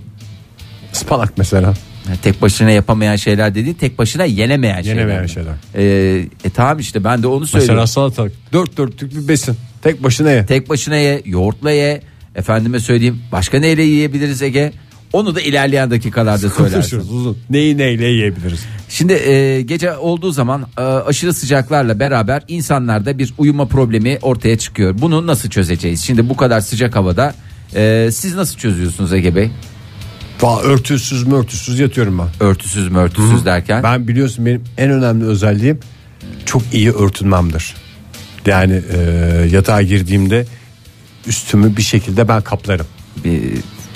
B: Ispanak mesela.
C: Ha, tek başına yapamayan şeyler dediğin tek başına yenemeyen,
B: Yenemeyen
C: şeyler. Ee, e tamam işte ben de onu söylüyorum.
B: Mesela salatalık. Dört dörtlük bir besin. Tek başına ye.
C: Tek başına ye, yoğurtla ye. Efendime söyleyeyim başka neyle yiyebiliriz Ege? Onu da ilerleyen dakikalarda söylersin.
B: Konuşuruz uzun. Neyi neyle yiyebiliriz?
C: Şimdi e, gece olduğu zaman e, aşırı sıcaklarla beraber insanlarda bir uyuma problemi ortaya çıkıyor. Bunu nasıl çözeceğiz? Şimdi bu kadar sıcak havada e, siz nasıl çözüyorsunuz Ege Bey?
B: Valla örtüsüz mü örtüsüz yatıyorum ben.
C: Örtüsüz mü örtüsüz derken?
B: Ben biliyorsun benim en önemli özelliğim çok iyi örtünmemdir. Yani e, yatağa girdiğimde üstümü bir şekilde ben kaplarım.
C: E,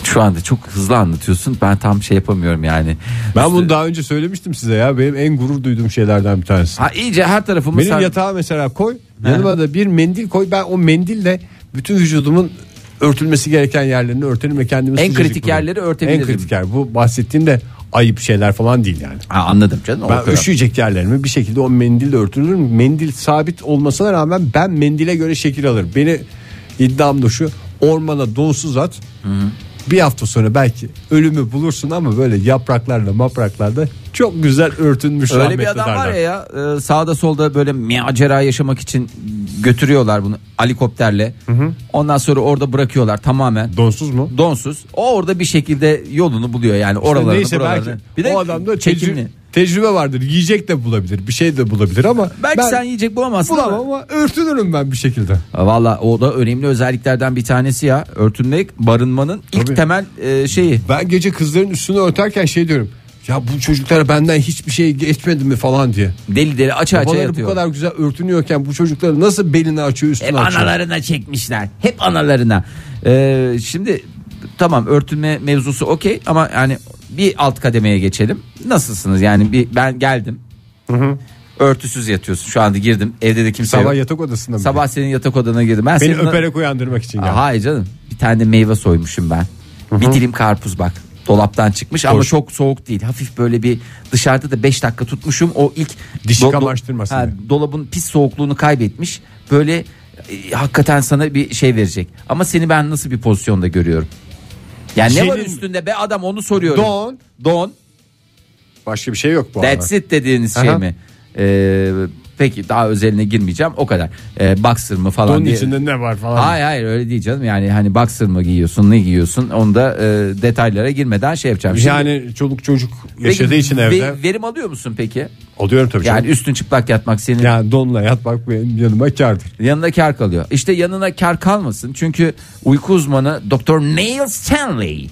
C: şu anda çok hızlı anlatıyorsun. Ben tam şey yapamıyorum yani.
B: Ben bunu daha önce söylemiştim size ya. Benim en gurur duyduğum şeylerden bir tanesi.
C: Ha iyice her tarafımı
B: Benim
C: sar-
B: yatağa mesela koy. Yanıma da bir mendil koy. Ben o mendille bütün vücudumun örtülmesi gereken yerlerini örterim ve kendimi
C: En
B: sıcacık
C: kritik
B: bulurum.
C: yerleri örtebilirim.
B: En kritik yer. Bu bahsettiğim de ayıp şeyler falan değil yani.
C: Ha, anladım canım.
B: Ben
C: O kadar.
B: üşüyecek yerlerimi bir şekilde o mendille örtülürüm. Mendil sabit olmasına rağmen ben mendile göre şekil alırım. Beni iddiam da şu ormana donsuz at. bir hafta sonra belki ölümü bulursun ama böyle yapraklarla mapraklarda çok güzel örtünmüş
C: Öyle
B: rahmetli
C: bir adam var
B: Serdar.
C: ya, ya e, sağda solda böyle macera yaşamak için götürüyorlar bunu helikopterle. Ondan sonra orada bırakıyorlar tamamen
B: Donsuz mu?
C: donsuz. O orada bir şekilde yolunu buluyor yani oralarını
B: Neyse
C: buralarını.
B: belki
C: bir de
B: o adamda
C: çekimli.
B: tecrübe, tecrübe vardır. Yiyecek de bulabilir. Bir şey de bulabilir ama
C: Belki
B: ben
C: sen yiyecek bulamazsın. ama-
B: bulamam ama örtünürüm ben bir şekilde.
C: Valla o da önemli özelliklerden bir tanesi ya. Örtünmek barınmanın ilk
B: Tabii.
C: temel e, şeyi.
B: Ben gece kızların üstünü örterken şey diyorum. Ya bu çocuklar benden hiçbir şey geçmedi mi falan diye.
C: Deli deli aça aça
B: Babaları bu
C: yatıyor.
B: kadar güzel örtünüyorken bu çocuklar nasıl belini açıyor üstünü
C: Hep
B: açıyor.
C: analarına çekmişler. Hep analarına. Ee, şimdi tamam örtünme mevzusu okey ama yani bir alt kademeye geçelim. Nasılsınız yani bir ben geldim. Örtüsüz yatıyorsun şu anda girdim. Evde de kimse
B: Sabah
C: yok.
B: yatak odasında mı?
C: Sabah senin yatak odana girdim. Ben
B: Beni
C: senin-
B: öperek uyandırmak için
C: Aa,
B: geldi.
C: Hayır canım bir tane de meyve soymuşum ben. Bir dilim karpuz bak dolaptan çıkmış ama
B: Hoş.
C: çok soğuk değil. Hafif böyle bir dışarıda da 5 dakika tutmuşum. O ilk
B: Dişi kamaştırmasın
C: Ha,
B: diye.
C: dolabın pis soğukluğunu kaybetmiş. Böyle e, hakikaten sana bir şey verecek. Ama seni ben nasıl bir pozisyonda görüyorum? Yani ne var
B: Senin-
C: üstünde be adam onu soruyorum.
B: şey Don.
C: Don.
B: Başka bir şey yok bu arada.
C: That's it dediğiniz şey
B: Aha.
C: mi? Ee, peki daha özeline girmeyeceğim o kadar. Ee, boxer mı falan
B: Donun
C: diye.
B: içinde ne var falan.
C: Hayır hayır öyle değil canım yani hani boxer mı giyiyorsun ne giyiyorsun onu da e, detaylara girmeden şey yapacağım. Şimdi-
B: Yani çoluk çocuk yaşadığı
C: Peki,
B: için
C: ve-
B: evde.
C: verim alıyor musun peki?
B: Alıyorum tabii
C: Yani
B: yani,
C: üstün çıplak yatmak senin
B: yani donla yatmak benim yanıma kârdır.
C: yanına kar kalıyor. İşte yanına kar kalmasın çünkü uyku uzmanı Doktor Neil Stanley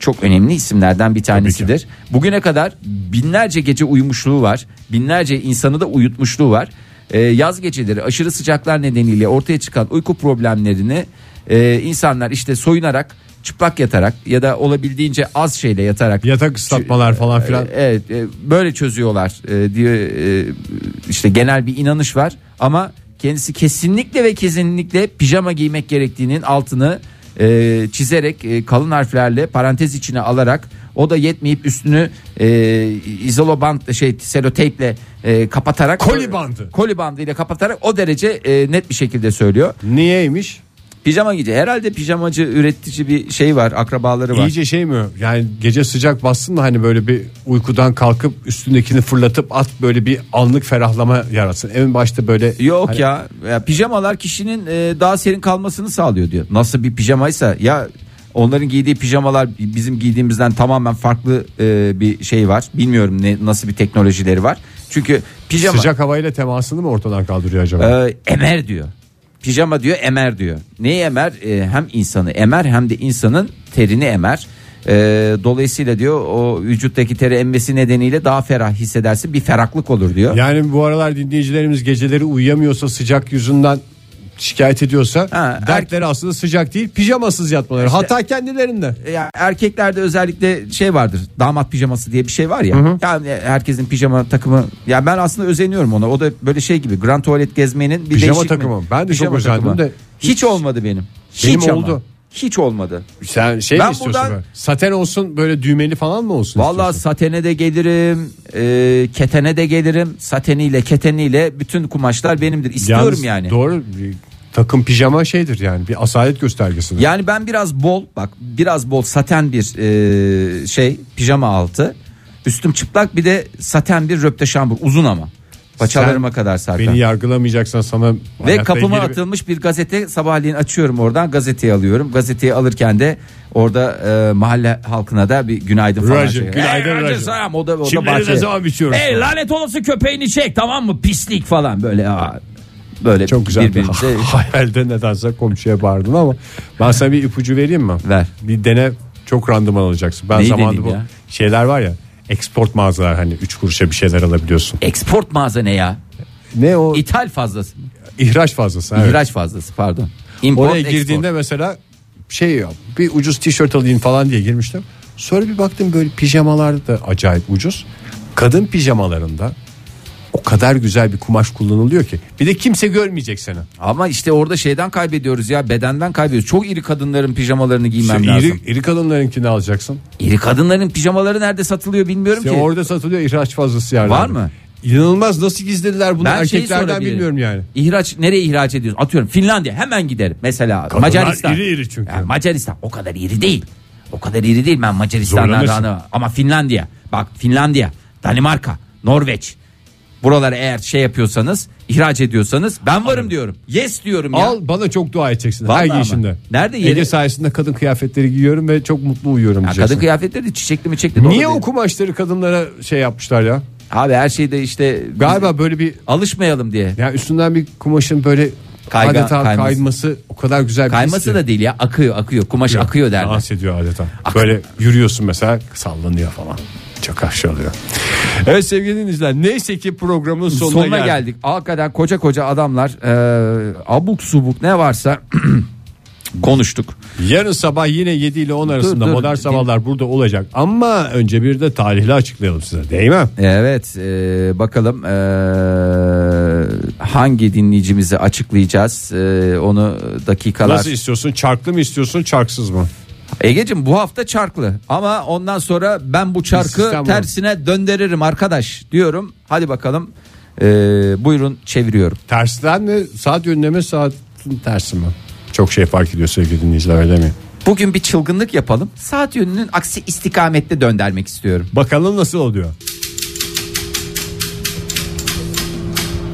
C: çok önemli isimlerden bir tanesidir. Bugüne kadar binlerce gece uyumuşluğu var. Binlerce insanı da uyutmuşluğu var. Ee, yaz geceleri aşırı sıcaklar nedeniyle ortaya çıkan uyku problemlerini e, insanlar işte soyunarak, çıplak yatarak ya da olabildiğince az şeyle yatarak
B: Yatak ıslatmalar falan filan.
C: e, Evet e, böyle çözüyorlar e, diye e, işte genel bir inanış var ama kendisi kesinlikle ve kesinlikle pijama giymek gerektiğinin altını e, çizerek e, kalın harflerle parantez içine alarak o da yetmeyip üstünü e, izolobant şey seloteyple e, kapatarak
B: Koli bandı.
C: koli bandıyla kapatarak o derece e, net bir şekilde söylüyor.
B: Niyeymiş?
C: Pijama giyici herhalde pijamacı üretici bir şey var akrabaları var.
B: İyice şey mi? Yani gece sıcak bassın da hani böyle bir uykudan kalkıp üstündekini fırlatıp at böyle bir anlık ferahlama yaratsın. En başta böyle
C: Yok
B: Hani-
C: ya. ya pijamalar kişinin e, daha serin kalmasını sağlıyor diyor. Nasıl bir pijamaysa ya onların giydiği pijamalar bizim giydiğimizden tamamen farklı e, bir şey var. Bilmiyorum ne nasıl bir teknolojileri var. Çünkü pijama
B: sıcak havayla temasını mı ortadan kaldırıyor acaba?
C: e, emer diyor. Pijama diyor emer diyor. Neyi emer? E, hem insanı emer hem de insanın terini emer. E, dolayısıyla diyor o vücuttaki teri emmesi nedeniyle daha ferah hissedersin. Bir ferahlık olur diyor.
B: Yani bu aralar dinleyicilerimiz geceleri uyuyamıyorsa sıcak yüzünden şikayet ediyorsa
C: Ha,
B: dertleri aslında sıcak değil pijamasız yatmaları. Hatta kendilerinde.
C: E, ya erkeklerde özellikle şey vardır. Damat pijaması diye bir şey var ya. Yani herkesin pijama takımı. Ya ben aslında özeniyorum ona. O da böyle şey gibi Grand Tuvalet gezmenin bir
B: Pijama
C: değişik
B: takımı. Ben de çok
C: Pijama
B: özendim
C: takımı.
B: de
C: Hiç, olmadı benim.
B: Benim
C: hiç ama.
B: oldu.
C: Hiç olmadı.
B: Sen şey
C: Ben
B: mi istiyorsun?
C: buradan-
B: böyle? Saten olsun böyle düğmeli falan mı olsun?
C: Vallahi
B: istiyorsun?
C: satene de gelirim, e, ketene de gelirim. Sateniyle, keteniyle bütün kumaşlar benimdir. İstiyorum
B: Yalnız
C: yani.
B: Doğru bir takım pijama şeydir yani bir asalet göstergesidir.
C: Yani ben biraz bol bak biraz bol saten bir e, şey pijama altı. Üstüm çıplak bir de saten bir röpte şambur uzun ama. Paçalarıma
B: Sen
C: kadar sarkan.
B: Beni yargılamayacaksan sana
C: Ve
B: hayatta
C: kapıma
B: ilgili bir-
C: atılmış bir gazete sabahleyin açıyorum oradan gazeteyi alıyorum. Gazeteyi alırken de orada e, mahalle halkına da bir günaydın falan.
B: Racı,
C: şey.
B: günaydın
C: Ey
B: Racı.
C: selam. O da, o da
B: Çimleri ne
C: bahçeye.
B: zaman biçiyoruz?
C: Ey lanet olası köpeğini çek tamam mı pislik falan böyle. Aa, böyle
B: Çok güzel bir
C: birbirimize-
B: *laughs* hayalde nedense komşuya bağırdın ama ben sana bir ipucu vereyim mi?
C: Ver.
B: Bir dene çok randıman alacaksın. Ben
C: Neyi
B: zamanında
C: deneyeyim
B: bu
C: ya?
B: şeyler var ya eksport mağazalar hani 3 kuruşa bir şeyler alabiliyorsun.
C: Export mağazane ya.
B: Ne o
C: İthal fazlası.
B: ihraç fazlası. evet.
C: İhraç fazlası pardon. Import,
B: Oraya
C: export.
B: girdiğinde mesela şey ya bir ucuz tişört alayım falan diye girmiştim. Sonra bir baktım böyle pijamalar da acayip ucuz. Kadın pijamalarında o kadar güzel bir kumaş kullanılıyor ki. Bir de kimse görmeyecek seni.
C: ama işte orada şeyden kaybediyoruz ya bedenden kaybediyoruz. Çok iri kadınların pijamalarını giymem
B: İşte
C: lazım.
B: iri, iri kadınlarınkini alacaksın.
C: İri kadınların pijamaları nerede satılıyor bilmiyorum
B: İşte
C: ki.
B: orada satılıyor ihraç fazlası yerlerde.
C: Var mı?
B: İnanılmaz nasıl gizlediler bunu
C: Ben şeyi
B: erkeklerden
C: sorabilirim.
B: bilmiyorum yani.
C: İhraç nereye ihraç ediyorsun? Atıyorum Finlandiya hemen giderim mesela Macaristan.
B: iri iri çünkü.
C: Ya Macaristan o kadar iri değil. O kadar iri değil ben Macaristan'dan
A: Zorlanırsın.
C: daha- ama Finlandiya. Bak Finlandiya, Danimarka, Norveç. Buraları eğer şey yapıyorsanız, ihraç ediyorsanız ben varım diyorum. Yes diyorum ya.
B: Al bana çok dua edeceksin
C: Vallahi
B: her
C: ama.
B: giyişinde.
C: Nerede
B: Ege
C: yeri-
B: sayesinde kadın kıyafetleri giyiyorum ve çok mutlu uyuyorum
C: Ya
B: diyeceksin.
C: kadın kıyafetleri de çiçekli mi çiçekli doğru
B: Niye
C: değil.
B: o kumaşları kadınlara şey yapmışlar ya?
C: Abi her şeyde işte
B: Galiba böyle bir
C: alışmayalım diye.
B: ya üstünden bir kumaşın böyle
C: Kayga-
B: adeta
C: kayması.
B: kayması o kadar güzel bir
C: Kayması
B: histi.
C: da değil ya akıyor akıyor kumaş akıyor derler.
B: Dans ediyor adeta. Böyle yürüyorsun mesela sallanıyor falan. Çok aşağılıyor. Evet sevgili dinleyiciler neyse ki programın sonuna,
C: Sonuna,
B: geldik.
C: geldik. Hakikaten koca koca adamlar e, abuk subuk ne varsa *clears throat* konuştuk.
B: Yarın sabah yine 7 ile 10 arasında
C: dur.
B: modern sabahlar burada olacak. Ama önce bir de tarihli açıklayalım size değil mi?
C: Evet e, bakalım e, hangi dinleyicimizi açıklayacağız e, onu dakikalar.
B: Nasıl istiyorsun? Çarklı mı istiyorsun, çarksız mı?
C: Egeciğim bu hafta çarklı ama ondan sonra ben bu çarkı
B: sistem var.
C: tersine döndürürüm arkadaş diyorum. Hadi bakalım e, buyurun çeviriyorum.
B: Tersten mi? Saat yönüne mi, saatin tersi mi? Çok şey fark ediyor sevgili dinleyiciler öyle mi?
C: Bugün bir çılgınlık yapalım. Saat yönünün aksi istikamette döndürmek istiyorum.
B: Bakalım nasıl oluyor?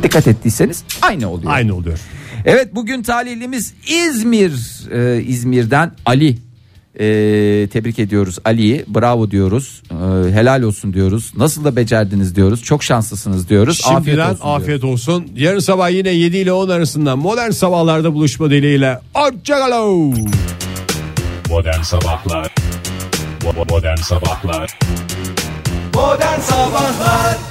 C: Dikkat ettiyseniz aynı oluyor.
B: Aynı oluyor.
C: Evet bugün talihlimiz İzmir. Ee, İzmir'den Ali. Ee, tebrik ediyoruz Ali'yi. Bravo diyoruz. Ee, helal olsun diyoruz. Nasıl da becerdiniz diyoruz. Çok şanslısınız diyoruz. afiyet
B: Şimdiden
C: olsun. diyoruz.
B: afiyet olsun. Yarın sabah yine 7 ile 10 arasında modern sabahlarda buluşma dileğiyle. Hoşçakalın.
A: Modern Sabahlar Bo- Modern Sabahlar
F: Modern Sabahlar